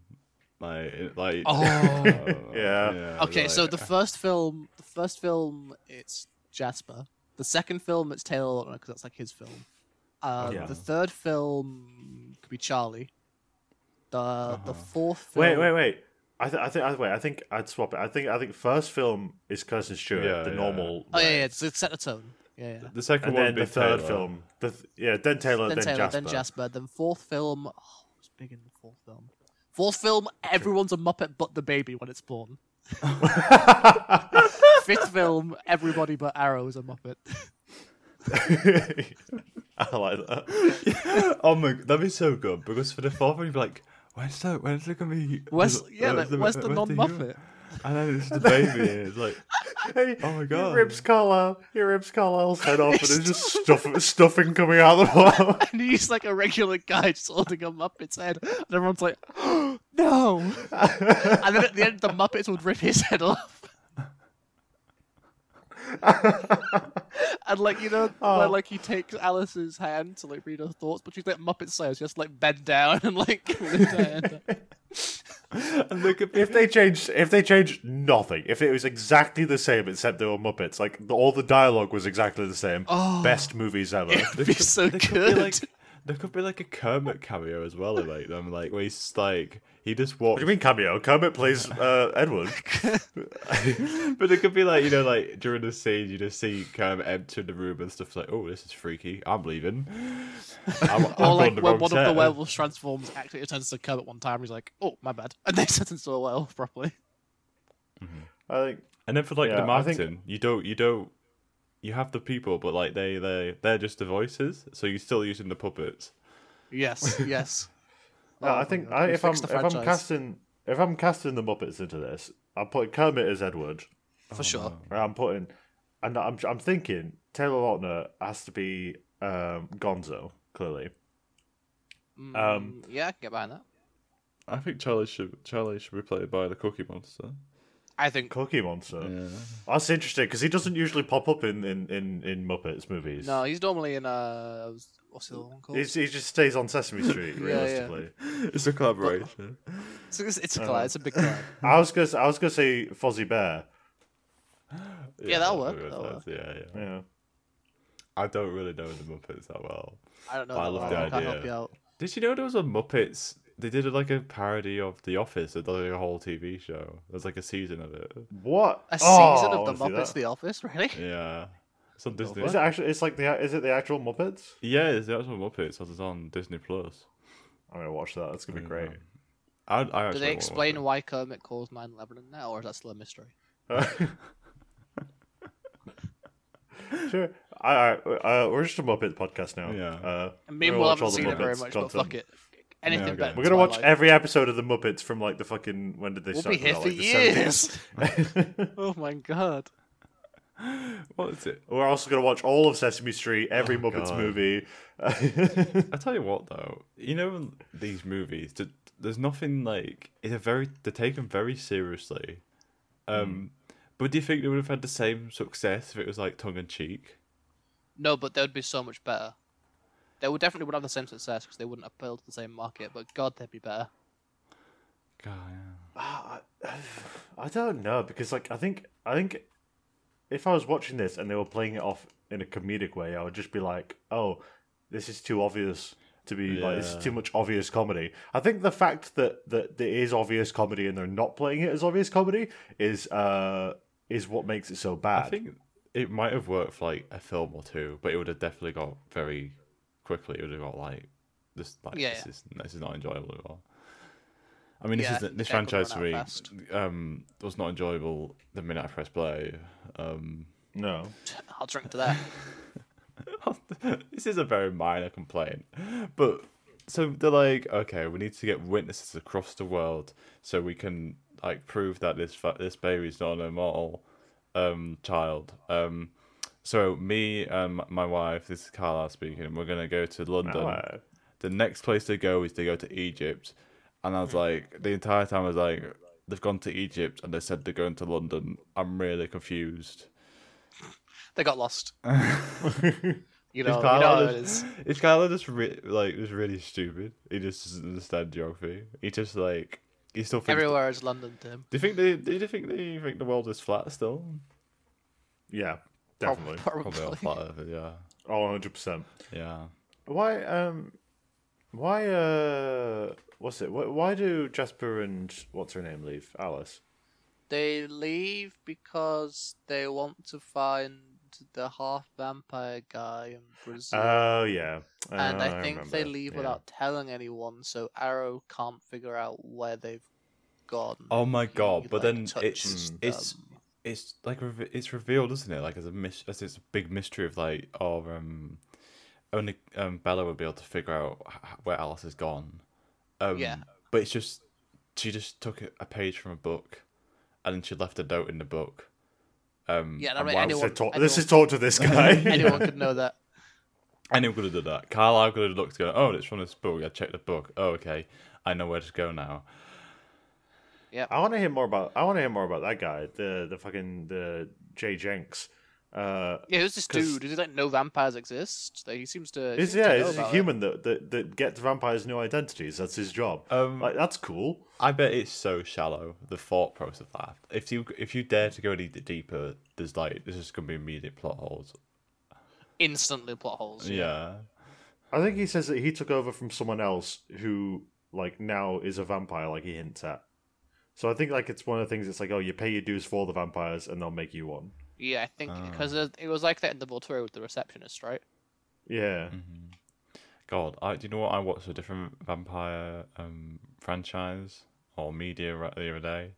Like it- like (laughs)
Oh.
(laughs) Yeah.
Okay,
like-
so the first film, the first film, it's Jasper. The second film, it's Taylor Lautner because that's like his film. Uh,
Yeah.
The third film could be Charlie. The the fourth. Film,
(laughs) wait, wait, wait. I, th- I think I wait. I think I'd swap it. I think I think first film is Kirsten Stewart,
Yeah,
the
yeah.
normal.
Oh yeah,
way.
yeah, it's, it's set the tone. Yeah, yeah.
the second
And
one
then
would be
the third
Taylor.
film, the th- yeah, then Taylor,
Then
then,
Taylor,
Jasper.
then Jasper, then fourth film. Oh, it's big in the fourth film. Fourth film, everyone's a Muppet but the baby when it's
(laughs)
born. Fifth film, everybody but Arrow is a Muppet.
(laughs) I like that.
(laughs) Oh my, that'd be so good because for the fourth one you'd be like, where's the where's the gonna be?
Where's yeah? Like, where's the
human?"
non Muppet?
And
(laughs)
then it's the baby. and it's like, oh my
He
god.
rips Carlisle, he rips Carlisle's head off, and there's (laughs) just stuff, stuffing coming out of the bottom.
and he's like a regular guy just holding a Muppet's head, and everyone's like, (gasps) "No!" and then at the end, the Muppets would rip his head off. and like you know,
Oh.
where like he takes Alice's hand to like read her thoughts, but she's like Muppet size, just like bend down and like (laughs) lift her hand. up.
(laughs) And look at
If they changed, if they changed nothing, if it was exactly the same except they were Muppets, like the, all the dialogue was exactly the same. Best movies (laughs) ever.
It'd be so good.
Be like, there could be like a Kermit cameo as well, like them, like where he's just like he just walks.
What do you mean cameo? Kermit plays uh, (laughs) Edward.
But it could be like you know, like during the scene, you just see Kermit enter the room and stuff like, oh, this is freaky. I'm leaving. I'm, I'm
or
on
like
the
when
wrong
one of the
set.
werewolves transforms, actually it turns to Kermit one time. He's like, "Oh, my bad," and they (laughs) turns into a werewolf properly.
I think
And then for like
Yeah,
the
I think-
marketing, you don't, you don't, you have the people, but like they, they, they're just the voices. So you're still using the puppets.
Yes,
(laughs)
yes.
No, I think I,
we
if I'm
Oh, fixed
if
the
I'm
franchise.
casting if I'm casting the Muppets into this, I'm putting Kermit as Edward.
Oh,
for sure.
and I'm putting, and I'm I'm thinking Taylor Lautner has to be um, Gonzo clearly. Um,
Mm, yeah, I can get behind that.
I think Charlie should Charlie should be played by the Cookie Monster.
I think
Cookie Monster. That's interesting because he doesn't usually pop up in in in, in Muppets movies.
no, he's normally in uh, what's the other one called?
He's, he just stays
(laughs)
on Sesame Street, realistically.
(laughs) It's a collaboration.
It's, it's, it's a
Uh,
collab. It's a big collab.
I was gonna, I was gonna say Fozzie Bear.
Yeah,
that'll work,
that's-
that'll
that's- Yeah, yeah.
Yeah,
I don't really know the Muppets that well.
I don't know.
I
that
love
one,
the
I can't
idea.
help you out.
Did you know there was a Muppets? They did like a parody of The Office. They did like a whole TV show. There's like a season of it.
What
A
Oh,
season
I
of The
wanna see
Muppets,
that.
The Office, really?
Yeah, it's on Disney.
Is it actually? It's like the. Is it the actual Muppets?
Yeah, it's the actual Muppets. It's on Disney Plus.
I'm gonna watch that. That's gonna be
(laughs)
great.
I, I
Do
actually
they
wanna watch
explain
it.
why Kermit calls 9/11 and that, or is that still a mystery?
Uh, sure. I, I, uh, we're just a Muppet podcast now.
Yeah.
Uh,
I mean,
we're gonna
we'll
watch
haven't
all the
seen it very
Muppets
much, but
content.
fuck it. Anything
Yeah, okay.
better. than
We're
We're gonna watch
Twilight.
every episode of the Muppets from like the fucking when did they
We'll
start?
be here
Like,
for
the
years.
70s.
(laughs) oh my god.
(laughs) What is it?
(laughs) we're also gonna watch all of Sesame Street, every
Oh,
Muppets
God.
movie.
(laughs) I tell you what, though, you know these movies. th- There's nothing like it's a very they're taken very seriously. Um,
Hmm.
but do you think they would have had the same success if it was like tongue in cheek?
No, but they would be so much better. They would definitely would have the same success because they wouldn't appeal to the same market. But god, they'd be better.
God,
Ah, (sighs) I I don't know because like I think I think if I was watching this and they were playing it off in a comedic way, I would just be like, "Oh, this is too obvious to be like this is
Yeah.
too much obvious comedy." I think the fact that that there is obvious comedy and they're not playing it as obvious comedy is uh is what makes it so
yeah.
bad.
I think it might have worked for like a film or two, but it would have definitely got very quickly. It would have got like this. Like,
Yeah,
this is this is not enjoyable at all. I mean, this
Yeah,
is this
that could run
franchise
out
for me
fast.
um, was not enjoyable the minute I pressed play. Um, (laughs)
no, (laughs)
I'll drink to that.
this is a very minor complaint, but so they're like, okay, we need to get witnesses across the world so we can like prove that this fa- this baby's not an immortal um, child. Um, so me and m- my wife, this is Carlisle speaking, and we're gonna go to London.
Uh,
The next place they go is they go to Egypt, and I was like, the entire time I was like, they've gone to Egypt and they said they're going to London. I'm really confused.
they got lost. you
It's
know, you know how
Carlo
it is.
just,
(laughs)
it's Carlo just re- like just really stupid. He just doesn't understand geography. He just like he still thinks.
Everywhere is London to him.
Do you think they? Do you think they think the world is flat still?
yeah,
Prob-
definitely,
Probably
Probably.
not flat. Earth, Yeah,
oh, 100 percent.
yeah.
Why um why uh what's it? Why, why do Jasper and what's her name leave? Alice.
(laughs) They leave because they want to find the half vampire guy in Brazil.
Oh yeah.
and
Oh,
I think they
remember.
leave
Yeah.
without telling anyone, so Arrow can't figure out where they've gone. (laughs)
Oh my god!
He, like,
but then it's
touches
it's
them.
it's like reve- it's revealed, isn't it? Like as a mis- as this big mystery of like, oh, um, only um Bella would be able to figure out h- where Alice has gone. Um,
Yeah.
But it's just she just took a- a page from a book, and then she left a note in the book. Um,
Yeah, and I
and
mean,
while-
anyone-
So talk,
I
this
don't-
is talk to this (laughs) guy.
(laughs) Anyone could know that.
anyone could have done that. Carlisle could have looked, going, oh, it's from this book. I checked the book. Oh, okay, I know where to go now.
I want to hear more about. I want to hear more about that guy. The the fucking the Jay Jenks. Uh,
Yeah, who's this
'Cause-
dude? Does he like know vampires exist? Like, he seems to. he
is
seems
yeah,
to know
is a
about it.
human that, that that gets vampires new identities. That's his job.
Um,
like that's cool.
I bet it's so shallow the thought process of that. If you if you dare to go any d- deeper, there's like there's just gonna be immediate plot holes.
Instantly plot holes.
Yeah,
I think he says that he took over from someone else who like now is a vampire, like he hints at. So I think like it's one of the things. It's like oh, you pay your dues for the vampires, and they'll make you one.
Yeah, I think
Ah.
because it was like that in the Volturi with the receptionist, right?
Yeah,
Mm-hmm.
God, I do you know what I watched a different vampire um franchise or media right the other day,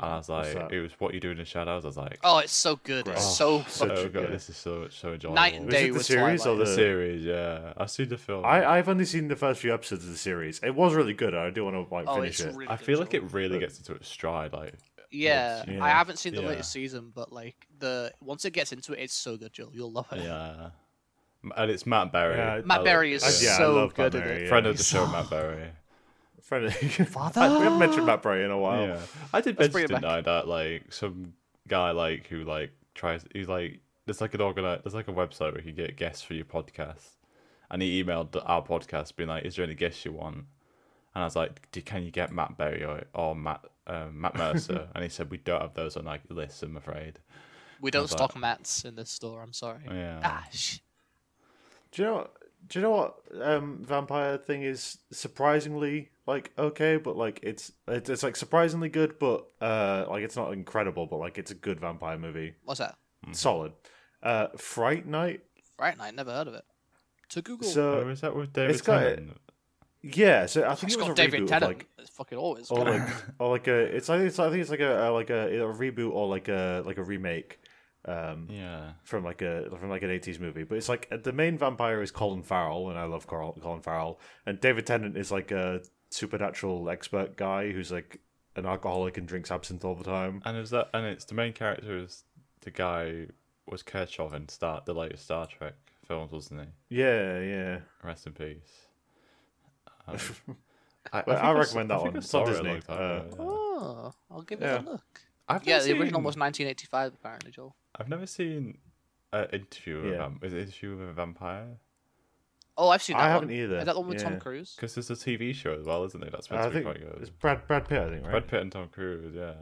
and I was like,
that?
it was what you do in the shadows. I was like,
Oh, it's so good. It's so
oh
fucking
such a
god,
good-
this is so so enjoyable.
night and
Was
day
it the
with
series or
Twilight.
The
Uh,
series, yeah, I've seen the film.
I I've only seen the first few episodes of the series. It was really good. I do want to like
Oh,
finish
it's
it.
really.
I
good,
feel like
Joel.
it really gets into its stride.
(sighs)
Like,
Yeah,
Yeah.
I haven't seen the
Yeah.
latest season, but like the once it gets into it, it's so good, Joel. You'll love it.
yeah, and it's Matt Berry.
Yeah,
(laughs) Matt
I
Berry
like-
is
yeah, I
so
love
good
Matt
at
Berry,
it.
yeah.
friend of the show, Matt Berry.
(laughs) Friend,
Father?
I, we haven't mentioned Matt Bray in a while.
Yeah, I did
Let's bring
mention
it
tonight that like some guy like who like tries he's like there's like an organi there's like a website where you can get guests for your podcast, and he emailed the- our podcast being like, "Is there any guests you want?" And I was like, D- "Can you get Matt Berry or, or Matt um, Matt Mercer?" and he said, "We don't have those on our list, I'm afraid."
We don't
Love that. Oh,
stock mats in this store. I'm sorry.
Yeah.
Ah, sh-
Do you know? do you know what um vampire thing is surprisingly like okay but like it's it's, it's like surprisingly good but uh like it's not incredible but like it's a good vampire movie
What's that?
solid uh fright night
Fright Night. Never heard of it. To Google.
oh,
so
is that with David
it's got-
Tennant?
yeah so i think
it's
it was a
got David
reboot of,
Tennant.
like
it's fucking always.
or
good. (laughs)
like or like a it's I think it's I think it's like a, a like a, a reboot or like a like a remake um
Yeah.
from like a from like an eighties movie. But it's like the main vampire is Colin Farrell, and I love Carl, Colin Farrell. And David Tennant is like a supernatural expert guy who's like an alcoholic and drinks absinthe all the time.
Uh,
And is that and it's the main character is the guy was Kirchhoff in Star the latest Star Trek films, wasn't he?
Yeah, yeah.
Rest in peace.
(laughs)
Um, I,
Well,
think
I'll
s-
recommend that
think
one.
I saw
It's on
it a long
Disney.
time
(laughs)
ago,
Uh,
yeah.
oh, I'll give
Yeah.
it a look.
I've
yeah,
never
the original
seen-
was 1985, apparently, Joel.
I've never seen an interview with a
Yeah.
vamp- is it interview with a vampire?
Oh, I've seen
I
that
haven't
one.
either.
Is that the one with Tom
Yeah.
Cruise?
Because it's a TV show as well, isn't it? That's supposed
I
to be
think
quite good.
it's Brad Brad Pitt. I think right.
Brad Pitt and Tom Cruise, yeah.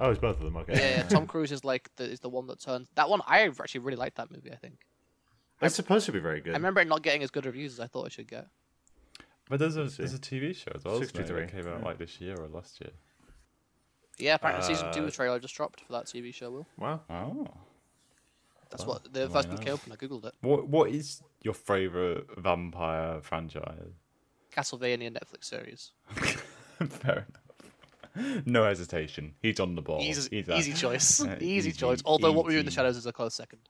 Oh, it's both of them. Okay.
Yeah, yeah, Tom Cruise is like the, is the one that turns that one. I actually really liked that movie. I think
It's supposed to be very good.
I remember it not getting as good reviews as I thought it should get.
But there's a there's a TV show as well. Isn't it? that
63,
came out like this year or last year.
Yeah, apparently season two
Uh,
the trailer just dropped for that TV show. Will
wow.
Oh.
that's
well,
what the
why
first one
not?
that came up and I googled it.
What what is your favorite vampire franchise? (laughs)
Castlevania Netflix series.
Fair enough. No hesitation. He's on the ball.
Easy,
He's
easy
out. (laughs)
choice.
Uh,
easy,
easy,
choice. Although what we do in the
easy.
shadows is a close second.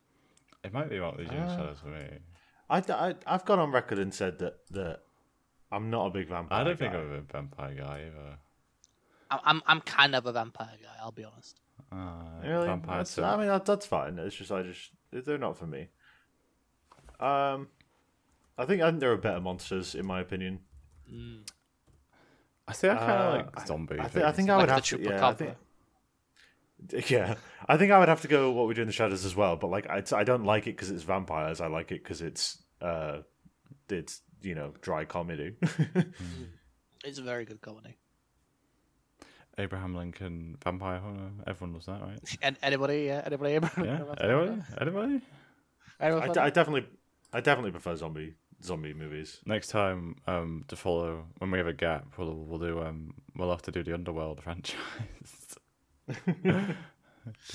It might be about the Jim
Ah.
Shadows for me.
I, I I've gone on record and said that that I'm not a big vampire.
I don't think
guy.
I'm a vampire guy either.
I'm I'm, I'm kind of a vampire guy. I'll be honest.
Uh,
Really?
Vampire
That's-
Sim-
I mean, that, that's fine. It's just I just they're not for me. Um, I think I think there are better monsters in my opinion.
I see. I kind of
Uh,
like zombie.
I, thi- I
things.
think I would
Like the
have to. Yeah I,
Chupacabra.
think, yeah, I think (laughs) I would have to go. What we do in the shadows as well, but like I, I don't like it because it's vampires. I like it because it's uh, it's you know dry comedy. (laughs)
It's a very good comedy.
Abraham Lincoln, Vampire Hunter. Everyone loves that, right?
(laughs)
And anybody, yeah, anybody, (laughs) anybody,
Yeah. Anybody? Anybody?
I, d- I definitely, I definitely prefer zombie zombie movies. (laughs)
Next time, um, to follow when we have a gap, we'll we'll do um we'll have to do the Underworld (laughs) franchise. to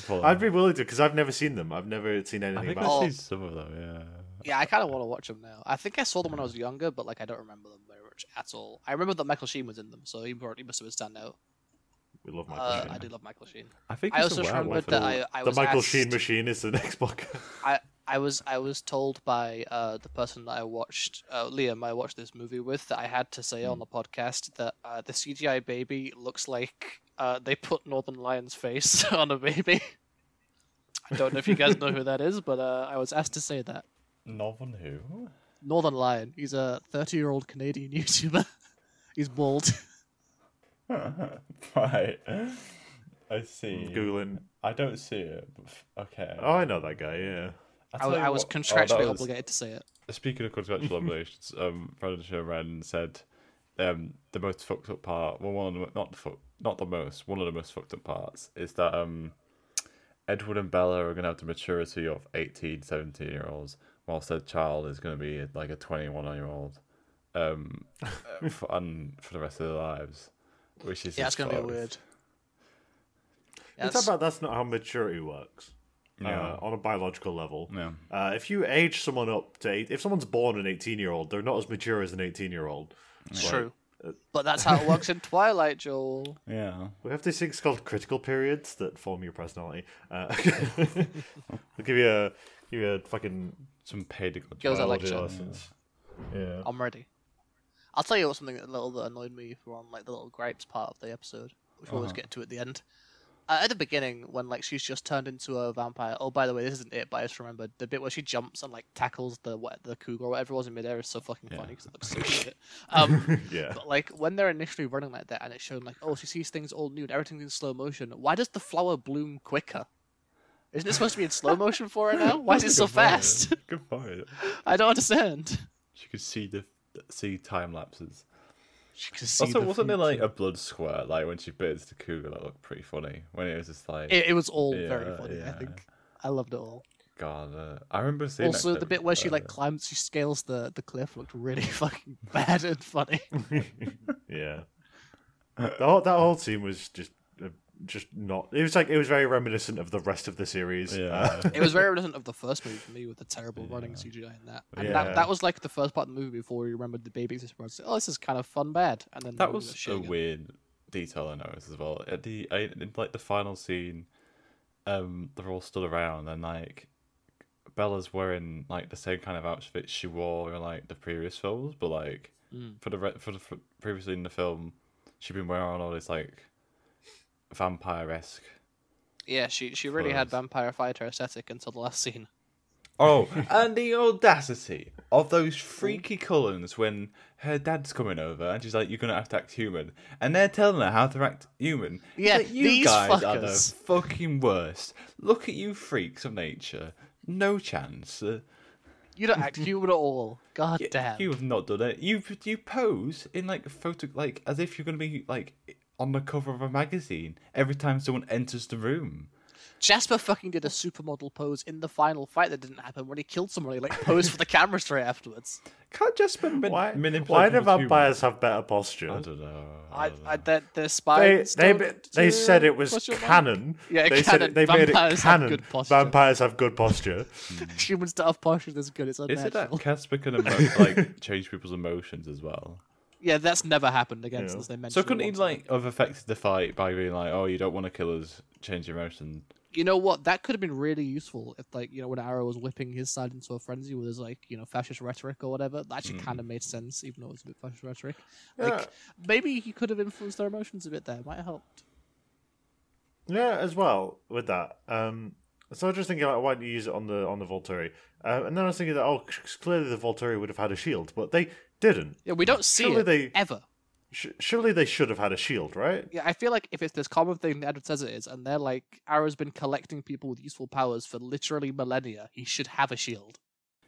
follow.
I'd be willing to because I've never seen them. I've never seen
I
anything
think
about.
I've
Oh.
seen some of them. Yeah.
Yeah, I kind of want to watch them now. I think I saw them when I was younger, but like I don't remember them very much at all. I remember that Michael Sheen was in them, so he probably must have been stand out.
We love Michael
Uh,
Sheen.
I do love Michael Sheen.
I think
I
it's
also
a
just
werewolf
remembered
as
that I, I
the
was
Michael
asked,
Sheen machine is the (laughs) next book.
I, I was I was told by uh, the person that I watched uh, Liam I watched this movie with that I had to
Hmm.
say on the podcast that uh, the CGI baby looks like uh, they put Northern Lion's face (laughs) on a baby. I don't know if you guys know who that is, but uh, I was asked to say that
Northern Who.
Northern Lion. He's a thirty-year-old Canadian (laughs) YouTuber. He's bald.
(laughs) right. I see.
Googling.
I don't see it. But f- okay.
Oh, I know that guy. Yeah.
I, was-
tell you
I was
what- oh, that
contractually
was-
obligated to say it.
Speaking of contractual obligations, um, friend of the show Ren said, um, the most fucked up part. Well, one of the, not the fuck, not the most. One of the most fucked up parts is that um, Edward and Bella are gonna have the maturity of 18, 17 year olds, whilst their child is gonna be like a twenty-one year old, (laughs) um, uh, for, and for the rest of their lives, which is
Yeah, it's
just
gonna be
fucked.
weird. Yeah,
It's
that's-
about that's not how maturity works.
Yeah.
Uh, on a biological level.
Yeah.
Uh, if you age someone up to eight, if someone's born an eighteen-year-old, they're not as mature as an eighteen-year-old.
It's true. But that's how it works in Twilight, Joel.
Yeah.
We have these things called critical periods that form your personality. Uh, (laughs) will give you a give you a fucking
Some pedagogy.
Goes out like
biology
shit.
lessons. Yeah.
I'm ready. I'll tell you what something a little that annoyed me from like the little gripes part of the episode, which we
Uh-huh.
always get to at the end. Uh, at the beginning, when like she's just turned into a vampire. Oh, by the way, this isn't it, but I just remembered the bit where she jumps and like tackles the what, the cougar or whatever it was in midair is so fucking funny 'cause it looks so (laughs) shit. Um,
Yeah.
But like when they're initially running like that, and it's shown like, oh, she sees things all new and everything's in slow motion. Why does the flower bloom quicker? Isn't it supposed to be in slow motion for her now? Why is it so fast?
Good point.
(laughs) I don't understand.
She could see the see time lapses.
She can see
Also,
the
wasn't there
future.
like a blood squirt? Like when she bit into the cougar, that looked pretty funny. When it was just like
It, it was all very
Yeah,
funny. I
yeah.
think I loved it all.
god, uh, I remember seeing. that
also, the
clip,
bit where she
uh,
like climbs, she scales the the cliff looked really (laughs) fucking bad and funny.
(laughs)
(laughs) yeah. That whole, that whole scene was just uh, just not. It was like it was very reminiscent of the rest of the series. Uh,
(laughs) yeah.
It was very reminiscent of the first movie for me with the terrible running CGI in that. And
Yeah.
that, that was like the first part of the movie before we remembered the babies. just remembered, Oh, this is kind of fun bad. And then
That
we
was
shit
a
again.
weird detail I noticed as well. At the I- in like the final scene, um, they're all stood around and like Bella's wearing like the same kind of outfit she wore in like the previous films, but like for the re- for the for previously in the film, she'd been wearing all this like vampire esque.
Yeah, she she really had
Close.
vampire fighter aesthetic until the last scene.
Oh, and the audacity of those freaky Cullens when her dad's coming over and she's like, "You're gonna have to act human," and they're telling her how to act human. It's
Yeah,
like, you
these
guys are the
fuckers."
fucking worst. Look at you, freaks of nature. No chance. Uh,
(laughs) You don't act human at all. God damn.
you have not done it. You you pose in like photo, like as if you're gonna be like on the cover of a magazine every time someone enters the room.
Jasper fucking did a supermodel pose in the final fight that didn't happen when he killed somebody, like posed for the camera straight afterwards.
Can't just min-
why?
manipulate
Why do
people's humor.
vampires have better posture?
I don't know.
I, I they're, they're spies.
they they,
don't
they
do-
said it was
what's your mind?
canon.
Yeah,
they said
canon.
it, they made it
Vampires have
canon.
good posture.
Vampires have good posture.
(laughs) Humans don't have posture that's good. It's
Is it that
unnatural.
Casper can emo- (laughs) like change people's emotions as well?
(laughs) Yeah, that's never happened again
Yeah.
since they mentioned.
So
it
couldn't he
once.
like have affected the fight by being like, "Oh, you don't want to kill us, change your emotion."
You know what? That could have been really useful if, like, you know, when Arrow was whipping his side into a frenzy with his like, you know, fascist rhetoric or whatever. That actually kind of made sense, even though it was a bit fascist rhetoric.
Yeah.
Like, maybe he could have influenced their emotions a bit. There might have helped.
Yeah, as well with that. Um, so I was just thinking, like, why don't you use it on the on the Volturi? Uh, and then I was thinking that oh, c- clearly the Volturi would have had a shield, but they didn't.
Yeah, we don't see
Surely
it
they-
ever.
Sh- surely they should have had a shield, right?
Yeah, I feel like if it's this common thing that Edward says it is, and they're like, Arrow's been collecting people with useful powers for literally millennia, he should have a shield.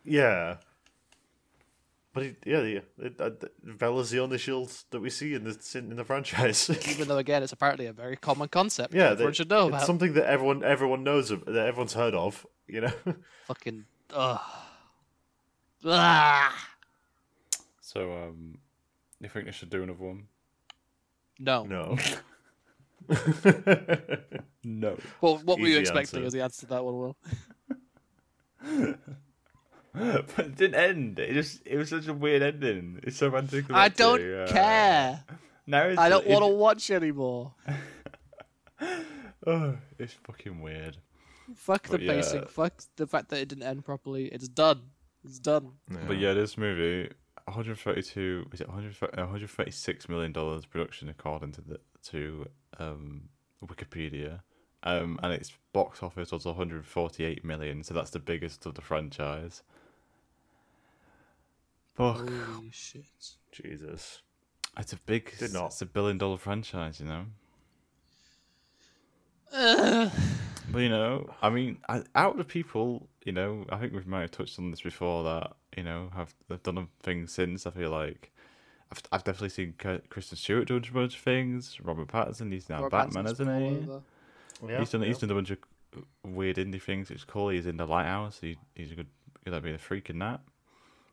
Yeah. But he, yeah, yeah, it, uh, th- Bella's the only shield that we see in the in the franchise. (laughs)
Even though, again, it's apparently a very common concept.
yeah,
that everyone
they-
should know
it's
about.
something that everyone everyone knows of, that everyone's heard of. You know, (laughs)
Fucking. Ugh. Ah!
So, um, you think they should do another one?
No.
no. (laughs)
No. (laughs)
Well, what were you
Easy
expecting
answer.
as the answer to that one, Will?
but it didn't end. It just it was such a weird ending. It's so anticlimactic.
I don't
yeah.
care.
No, it's,
I don't
it-
want to watch anymore.
Oh, (sighs) it's fucking weird.
Fuck the
But yeah.
pacing. Fuck the fact that it didn't end properly. It's done. It's done.
But yeah, this movie, 132 was it 130 136 million dollars production according to the to um, Wikipedia, um, and its box office was 148 million. So that's the biggest of the franchise. Fuck,
Holy shit.
Jesus.
it's a big,
Did not.
it's a billion dollar franchise, you know. But you know, I mean, I- out of the people, you know, I think we might have touched on this before that you know have have done things since. I feel like I've, I've definitely seen K- Kristen Stewart doing a bunch of things. Robert Pattinson, he's now
Robert
Batman,
Pattinson's all
isn't
over.
he?
Yeah,
He's done
yeah.
he's done a bunch of weird indie things. It's cool. He's in the Lighthouse. He, he's a good. He'd be a freak in that.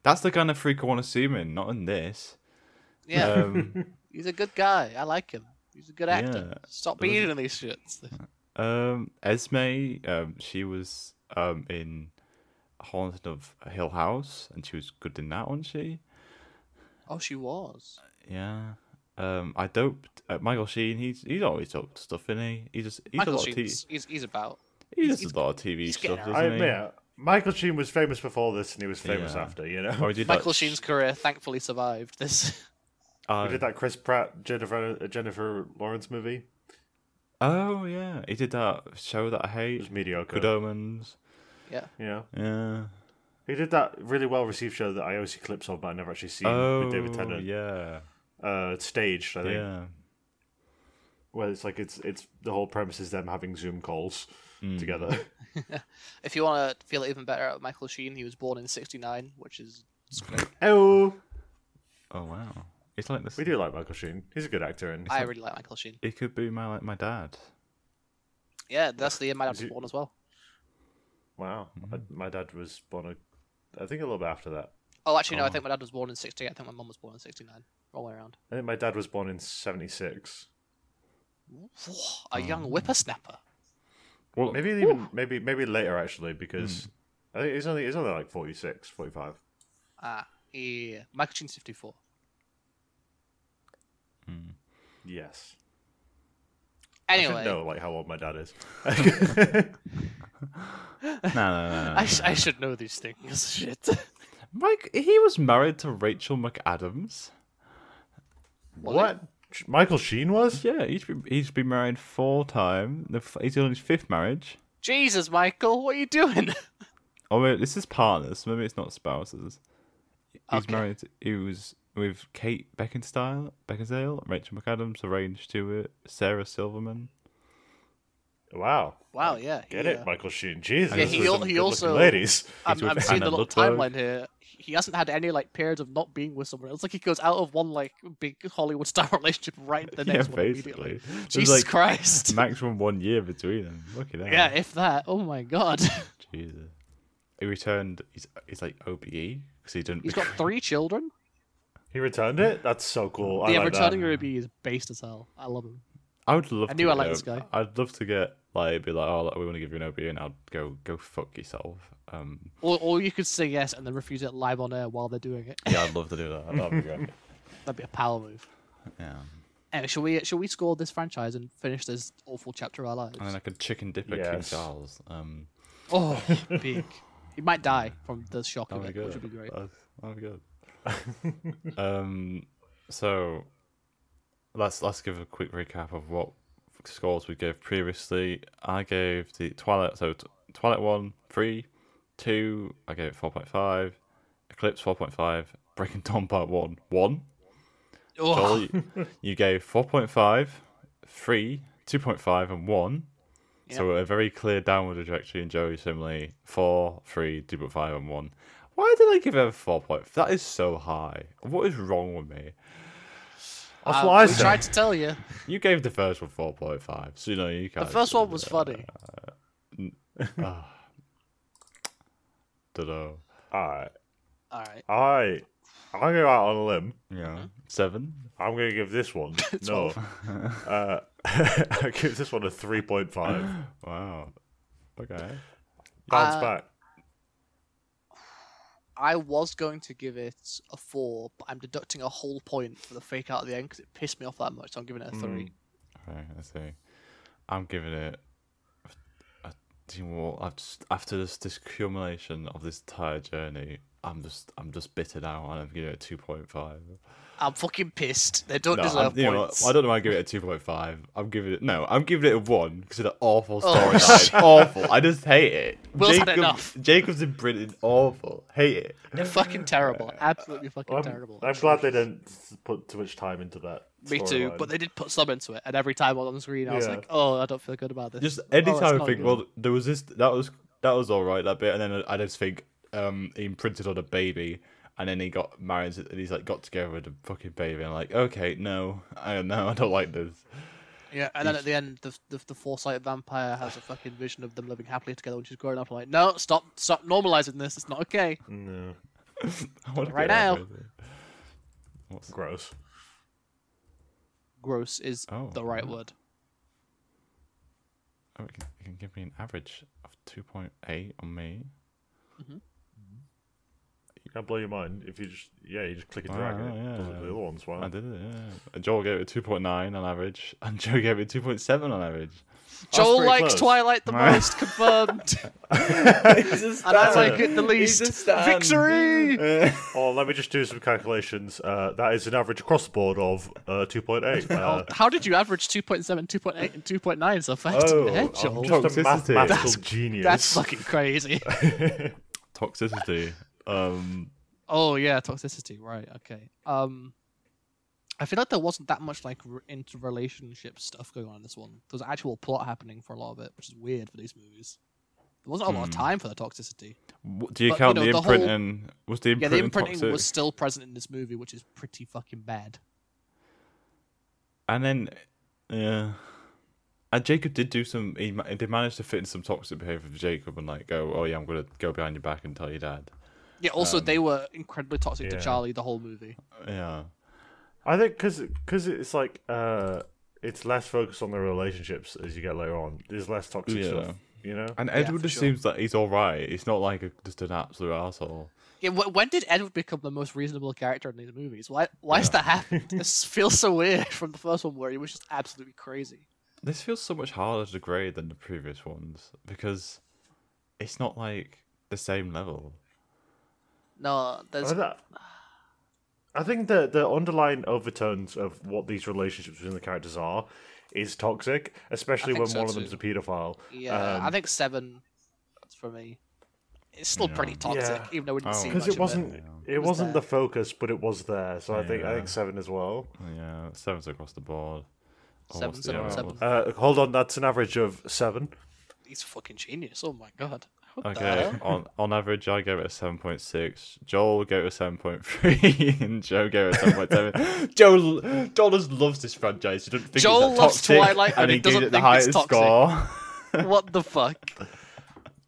That's the kind of freak I want to see him in, not in this.
Yeah, (laughs)
Um,
he's a good guy. I like him. He's a good actor.
Yeah.
Stop
But
being in these shits.
Um, Esme, um, she was um in Haunted of Hill House, and she was good in that, wasn't she?
Oh, she was.
Yeah. Um, I doped uh, Michael Sheen. He's he's always up to stuff, isn't he? He just he's a
Michael
lot of t-
Sheen's, he's, he's about.
he
he's-
does a lot of TV
getting
stuff,
out.
doesn't
I
he?
yeah. Michael Sheen was famous before this, and he was famous
Yeah.
after. You know,
(laughs)
(laughs)
Or he did
Michael
that,
Sheen's career thankfully survived this. (laughs)
uh,
We did that Chris Pratt Jennifer uh, Jennifer Lawrence movie.
Oh yeah, he did that show that I
It was
hate,
mediocre.
Good Omens.
Yeah.
Yeah,
Yeah.
he did that really well received show that I always see clips of, but I never actually seen
Oh
with David Tennant.
yeah,
Uh, staged, I think.
yeah.
Where it's like it's it's the whole premise is them having Zoom calls
Hmm.
together. (laughs)
If you want to feel it even better about Michael Sheen, he was born in '69, which is
(laughs)
oh,
Oh wow, it's like this.
we do like Michael Sheen. He's a good actor, and
I really like Michael Sheen.
It could be my like my dad.
Yeah, that's the year my dad was
it-
born as well.
Wow.
Mm-hmm.
I, my dad was born, a, I think, a little bit after that.
Oh, actually, no. I think my dad was born in '68. I think my mum was born in '69. All the way around.
I think my dad was born in 76.
A
Oh.
young whippersnapper.
Well,
Maybe even maybe maybe later actually because I think it's only it's only like 46, 45.
Ah, yeah. Michael Sheen's '54.
Yes. I
Anyway,
should know like how old my
(laughs)
dad is.
no, no, no, no.
I, sh- I should know these things. (laughs) Shit.
Mike, he was married to Rachel McAdams.
Was
what? Sh- Michael Sheen was?
Yeah, he's been, he's been married four times. The f- He's on his fifth marriage.
Jesus, Michael, what are you doing? (laughs)
Oh, wait, this is partners. so Maybe it's not spouses. He's
Okay.
married. He was with Kate Beckinsale, Beckinsale, Rachel McAdams, Arrange Stewart, Sarah Silverman.
Wow.
Wow, yeah.
Get
he,
it,
uh,
Michael Sheen. Jesus.
Yeah, he
there's
al-
some
he
good-looking
also-
ladies.
I'm,
with
I'm seeing the
Anna
little
Ludlow.
timeline here. He hasn't had any like periods of not being with someone else. Like he goes out of one like big Hollywood star (laughs) relationship right into the
yeah,
next one
basically.
immediately.
There's,
Jesus
like
Christ!
maximum one year between them. Look at
(laughs)
that.
Yeah, if that. Oh my God. (laughs)
Jesus. He returned. He's he's like OBE because he didn't.
He's got
(laughs) recruit-
three children.
He returned it? That's so cool. I
The
like
returning
that.
Ruby is based as hell. I love him.
I would love.
I
to
knew I
get
liked this
a-
guy.
I'd love to get like be like, oh, like, we want to give you an OBE, and I'll go go fuck yourself. Um,
Or, or you could say yes and then refuse it live on air while they're doing it.
yeah, I'd love to do that. That'd be great.
That'd be a power move.
Yeah,
Anyway, shall we shall we score this franchise and finish this awful chapter of our lives?
and then I could chicken dip at King
Yes.
Charles. Um,
Oh, (laughs) big. He might die from the shock
that'd
of
be
it,
good.
which would be great.
That'd, that'd be good. um, so let's let's give a quick recap of what scores we gave previously. I gave the Twilight so t- Twilight one three, two. I gave it four point five. Eclipse four point five. Breaking Dawn Part one one. Joel,
Oh,
you, you gave 4.5, 3, 2.5, and 1. So a very clear downward trajectory in Joey Simley. 4, 3, 2.5, and 1. Why did I give it a 4.5? That is so high. What is wrong with me?
That's
uh,
what I
we
said.
tried to tell
(laughs)
you.
You gave the first one 4.5, so you know
The
you can't.
first one was funny.
Dunno.
All right.
All right.
All right. I'm going to go out on a limb.
Mm-hmm.
Yeah. (laughs) 7?
I'm going to give this
(laughs)
one. no. Uh, (laughs) I give this one a 3.5. Bounce
Wow. Okay.
Uh,
back.
I was going to give it a four, but I'm deducting a whole point for the fake out at the end because it pissed me off that much. So I'm giving it a three.
Mm. Okay, let's see. I'm giving it. I do you know what? I've just after this, this accumulation of this entire journey, I'm just I'm just bitter now, and I'm giving it a two point five.
I'm fucking pissed. They don't
No,
deserve
I'm, you know,
points.
I don't know. why I give it a two point five. I'm giving it no. I'm giving it a one because it's an awful storyline. awful. I just hate it.
Oh, Will's had enough.
Jacob's in Britain. Awful. Hate it.
They're fucking terrible. Absolutely fucking
I'm,
terrible.
I'm glad they didn't s- put too much time into that.
me too,
storyline.
but they did put some into it, and every time on the screen, I was
Yeah.
like, "Oh, I don't feel good about this."
Just
Oh,
any
it's
time I
not
think,
good.
well, there was this that was that was all right that bit, and then I just think um, he imprinted on a baby, and then he got married, and he's like got together with a fucking baby, and I'm like, okay, no, I don't know, (laughs) I don't like this.
Yeah, and then at the end, the, the the foresight vampire has a fucking vision of them living happily together when she's grown up. I'm like, no, stop, stop normalizing this. It's not okay.
Mm.
No.
I wanna
Right
get out
now.
of here.
Gross.
Gross is
Oh,
the right
yeah.
word.
Oh, it can, it can give me an average of two point eight on me.
Can't blow your mind if you just yeah you just click and
Wow,
drag it.
Oh, yeah.
Those are The other ones, wow.
I did it. Yeah. And Joel gave it two point nine on average, and (laughs) Joe gave it two point seven on average.
Joel
pretty
likes
close.
Twilight the
(laughs) Right.
most,
(laughs)
confirmed,
and
and I like it the least. Victory!
Oh, let me just do some calculations. Uh, that is an average across the board of uh, 2.8. Uh,
How did you average 2.7, 2.8, and 2.9 so fast in your head,
Oh,
Joel?
I'm just-
just a
Toxicity.
mathematical
That's-
genius.
That's fucking crazy.
Toxicity. Um.
Oh yeah, toxicity. Right. Okay. Um, I feel like there wasn't that much like r interrelationship stuff going on in this one. There was actual plot happening for a lot of it, which is weird for these movies. There wasn't a lot of time for the toxicity.
W- Do you
But, you
count
know,
the
the whole-
imprinting? Was the
Yeah,
imprinting,
the imprinting
toxic?
was still present in this movie, which is pretty fucking bad.
And then, yeah, And Jacob did do some. He ma- they managed to fit in some toxic behavior of Jacob and like go, oh yeah, I'm gonna go behind your back and tell your dad.
Yeah. Also, they were incredibly toxic to
yeah.
Charlie the whole movie.
Yeah,
I think because it's like uh, it's less focused on the relationships as you get later on. There's less toxic
Yeah.
stuff, you know.
and Edward
for
just
sure.
seems like he's all right. He's not like a, just an absolute asshole.
Yeah. Wh- when did Edward become the most reasonable character in these movies? Why? Why has that happened? (laughs) this feels so weird from the first one where he was just absolutely crazy.
This feels so much harder to grade than the previous ones because it's not like the same level.
No, there's
I, th- I think the the underlying overtones of what these relationships between the characters are is toxic, especially
I think
when
so
one of
too.
them's a paedophile.
yeah.
Um,
I think seven for me. It's still pretty toxic,
Yeah.
even though we didn't
Oh.
see much
because it wasn't
Of
it,
was
was not
there.
the focus, but it was there. So I think I
Yeah.
think seven as well.
Yeah, sevens across the board.
it. Seven,
what's the
seven,
other
seven.
one?
Uh, hold on, that's an average of seven.
He's fucking genius. Oh my god. What the
Okay,
hell?
on, on average, I gave it a 7.6. Joel gave it a 7.3, (laughs) and Joe gave it a 7.7. (laughs) Joel, Joel just loves this franchise. He doesn't think
Joel
it's that
loves
toxic,
Twilight, and
and
he
he, gave
doesn't
it the
think
highest
it's toxic. (laughs)
score. (laughs)
What the fuck?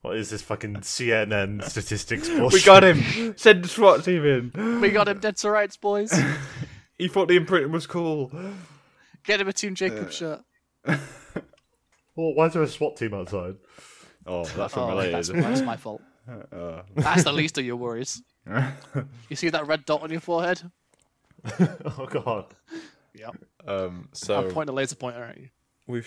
What is this fucking CNN
(laughs)
statistics bullshit?
we got him. Send the SWAT team in.
We got him dead to rights,
(laughs)
boys.
He thought the imprinting was cool.
Get him a
Uh,
Team Jacob shirt.
Well, why is there a SWAT team outside? (laughs)
Oh, that's
Oh,
unrelated.
that's, (laughs) that's my
(laughs)
fault.
Uh,
That's the least of your worries. You see that red dot on your forehead?
Oh god,
Yeah.
um,
I'm
so
pointing a laser pointer at you.
we've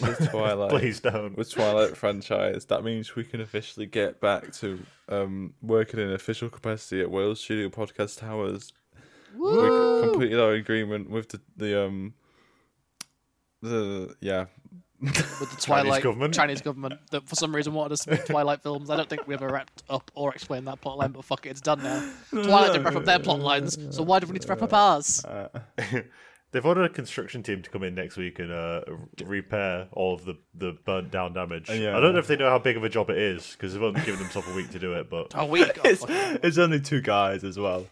(laughs)
the Twilight.
please don't.
with Twilight franchise, that means we can officially get back to um, working in official capacity at Wales Studio Podcast Towers. We c- completed our agreement with the, the um the yeah
With the Twilight
government?
Chinese government that for some reason wanted us to make Twilight films. I don't think we ever wrapped up or explained that plot line, but fuck it, it's done now. Twilight didn't wrap up their plot lines, so why do we need to wrap up ours?
Uh,
They've ordered a construction team to come in next week and uh, r- repair all of the, the burnt down damage.
yeah.
I don't know if they know how big of a job it is because they've only given themselves a week to do it. But
(laughs)
A week. Oh,
it's,
fuck.
(laughs) it's only two guys as well.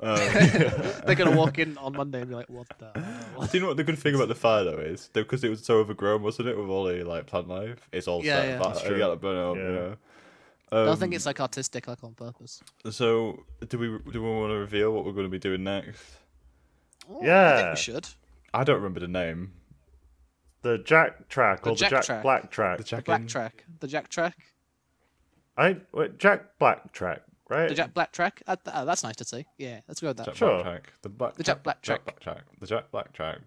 They're gonna walk in on Monday and be like, "What the?" Hell?
Do you know what the good thing about the fire though is? Because it was so overgrown, wasn't it, with all the like plant life? It's all
Yeah,
set
yeah.
back-
That's
you
true.
gotta burn it up,
Yeah.
you know?
Um,
I don't think it's like artistic, like on purpose.
So do we do we wanna reveal what we're gonna be doing next?
Oh, I think
Yeah.
we should.
I don't remember the name.
the Jack track or the
Jack
Jack,
track.
Black track.
The Jack
Black track, the Jack track,
I wait, Jack Black track, right?
the Jack Black track. Uh, th- oh, that's nice to see. Yeah, let's go with that.
Jack
Sure.
Black track. The black.
The Jack Black
Black track. The Jack Black track.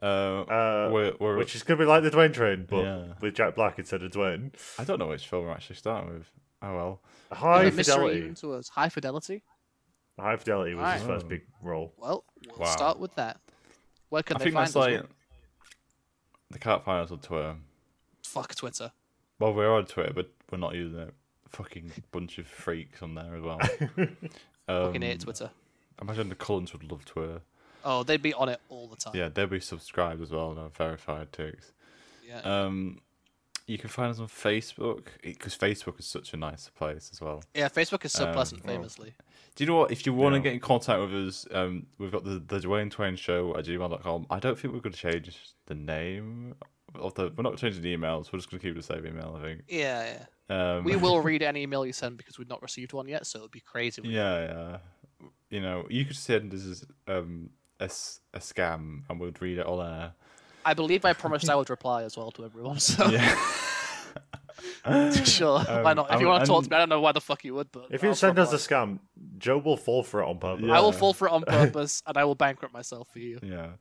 Uh, we're, we're,
Which is gonna be like the Dwayne train, but
Yeah.
with Jack Black instead of Dwayne.
I don't know which film we're actually starting with. Oh well.
High
The mystery
fidelity.
even to us. High fidelity.
High fidelity was his
Alright.
first big role.
Well, we'll
Wow.
start with that. Where can
I
they
think
find
that's
us?
like the can't find us on Twitter.
Fuck
Um,
Twitter.
Well, we're on Twitter, but we're not using it. Fucking bunch of freaks on there as well. Um,
Fucking hate Twitter.
Imagine the Cullens would love Twitter.
Oh, they'd be on it all the time.
Yeah, they'll be subscribed as well and are verified ticks.
Yeah.
Um, you can find us on Facebook because Facebook is such a nice place as well.
Yeah, Facebook is so
Uh, oh.
pleasant, famously.
Do you know what? If you want to get in contact with us, um, we've got the, the Dwayne Twain Show at gmail.com. I don't think we're going to change the name of the. We're not changing the emails. We're just going to keep the same email, I think.
Yeah, yeah.
Um, (laughs)
We will read any email you send because we've not received one yet, so it'd be crazy. if we-
Yeah, yeah. You know, you could send this as um, a, s- a scam and we'd read it all (laughs) air.
I believe
(laughs)
I promised I would reply as well to everyone, (laughs) so
Yeah.
(laughs) sure. why not? If you
um,
want to talk to
and-
me, I don't know why the fuck you would, but.
If you
I'll
send us a
reply.
scam, Joe will fall for it on purpose.
I will fall for
(laughs)
it on purpose and I will bankrupt myself for you.
yeah.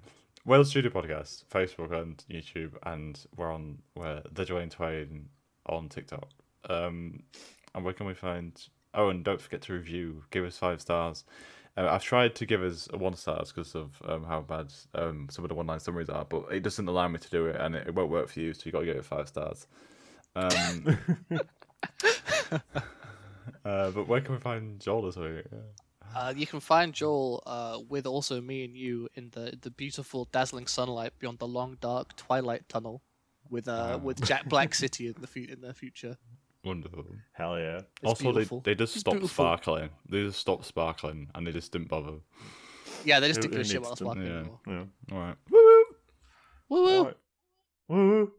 Well, Studio Podcast, Facebook and YouTube, and we're on we're the Dwayne Twain on TikTok. Um, and where can we find? Oh, and don't forget to review. Give us five stars. Uh, I've tried to give us one stars because of um, how bad um, some of the one line summaries are, but it doesn't allow me to do it, and it, it won't work for you. So you got to give it five stars. Um, (laughs) uh, but where can we find Joel this week?
Uh, you can find Joel uh, with also me and you in the, the beautiful, dazzling sunlight beyond the long, dark twilight tunnel with uh, with Jack
(laughs)
Black City in the, fu- in the future.
Wonderful.
Hell yeah.
It's
also,
beautiful.
they they just
It's
stopped
beautiful.
sparkling. They just stopped sparkling, and they just didn't bother.
Yeah, they just
Who-
didn't give a
who
shit
needs
about us
them?
walking
Yeah.
anymore.
Yeah.
All right.
Woo woo!
Alright. Woo.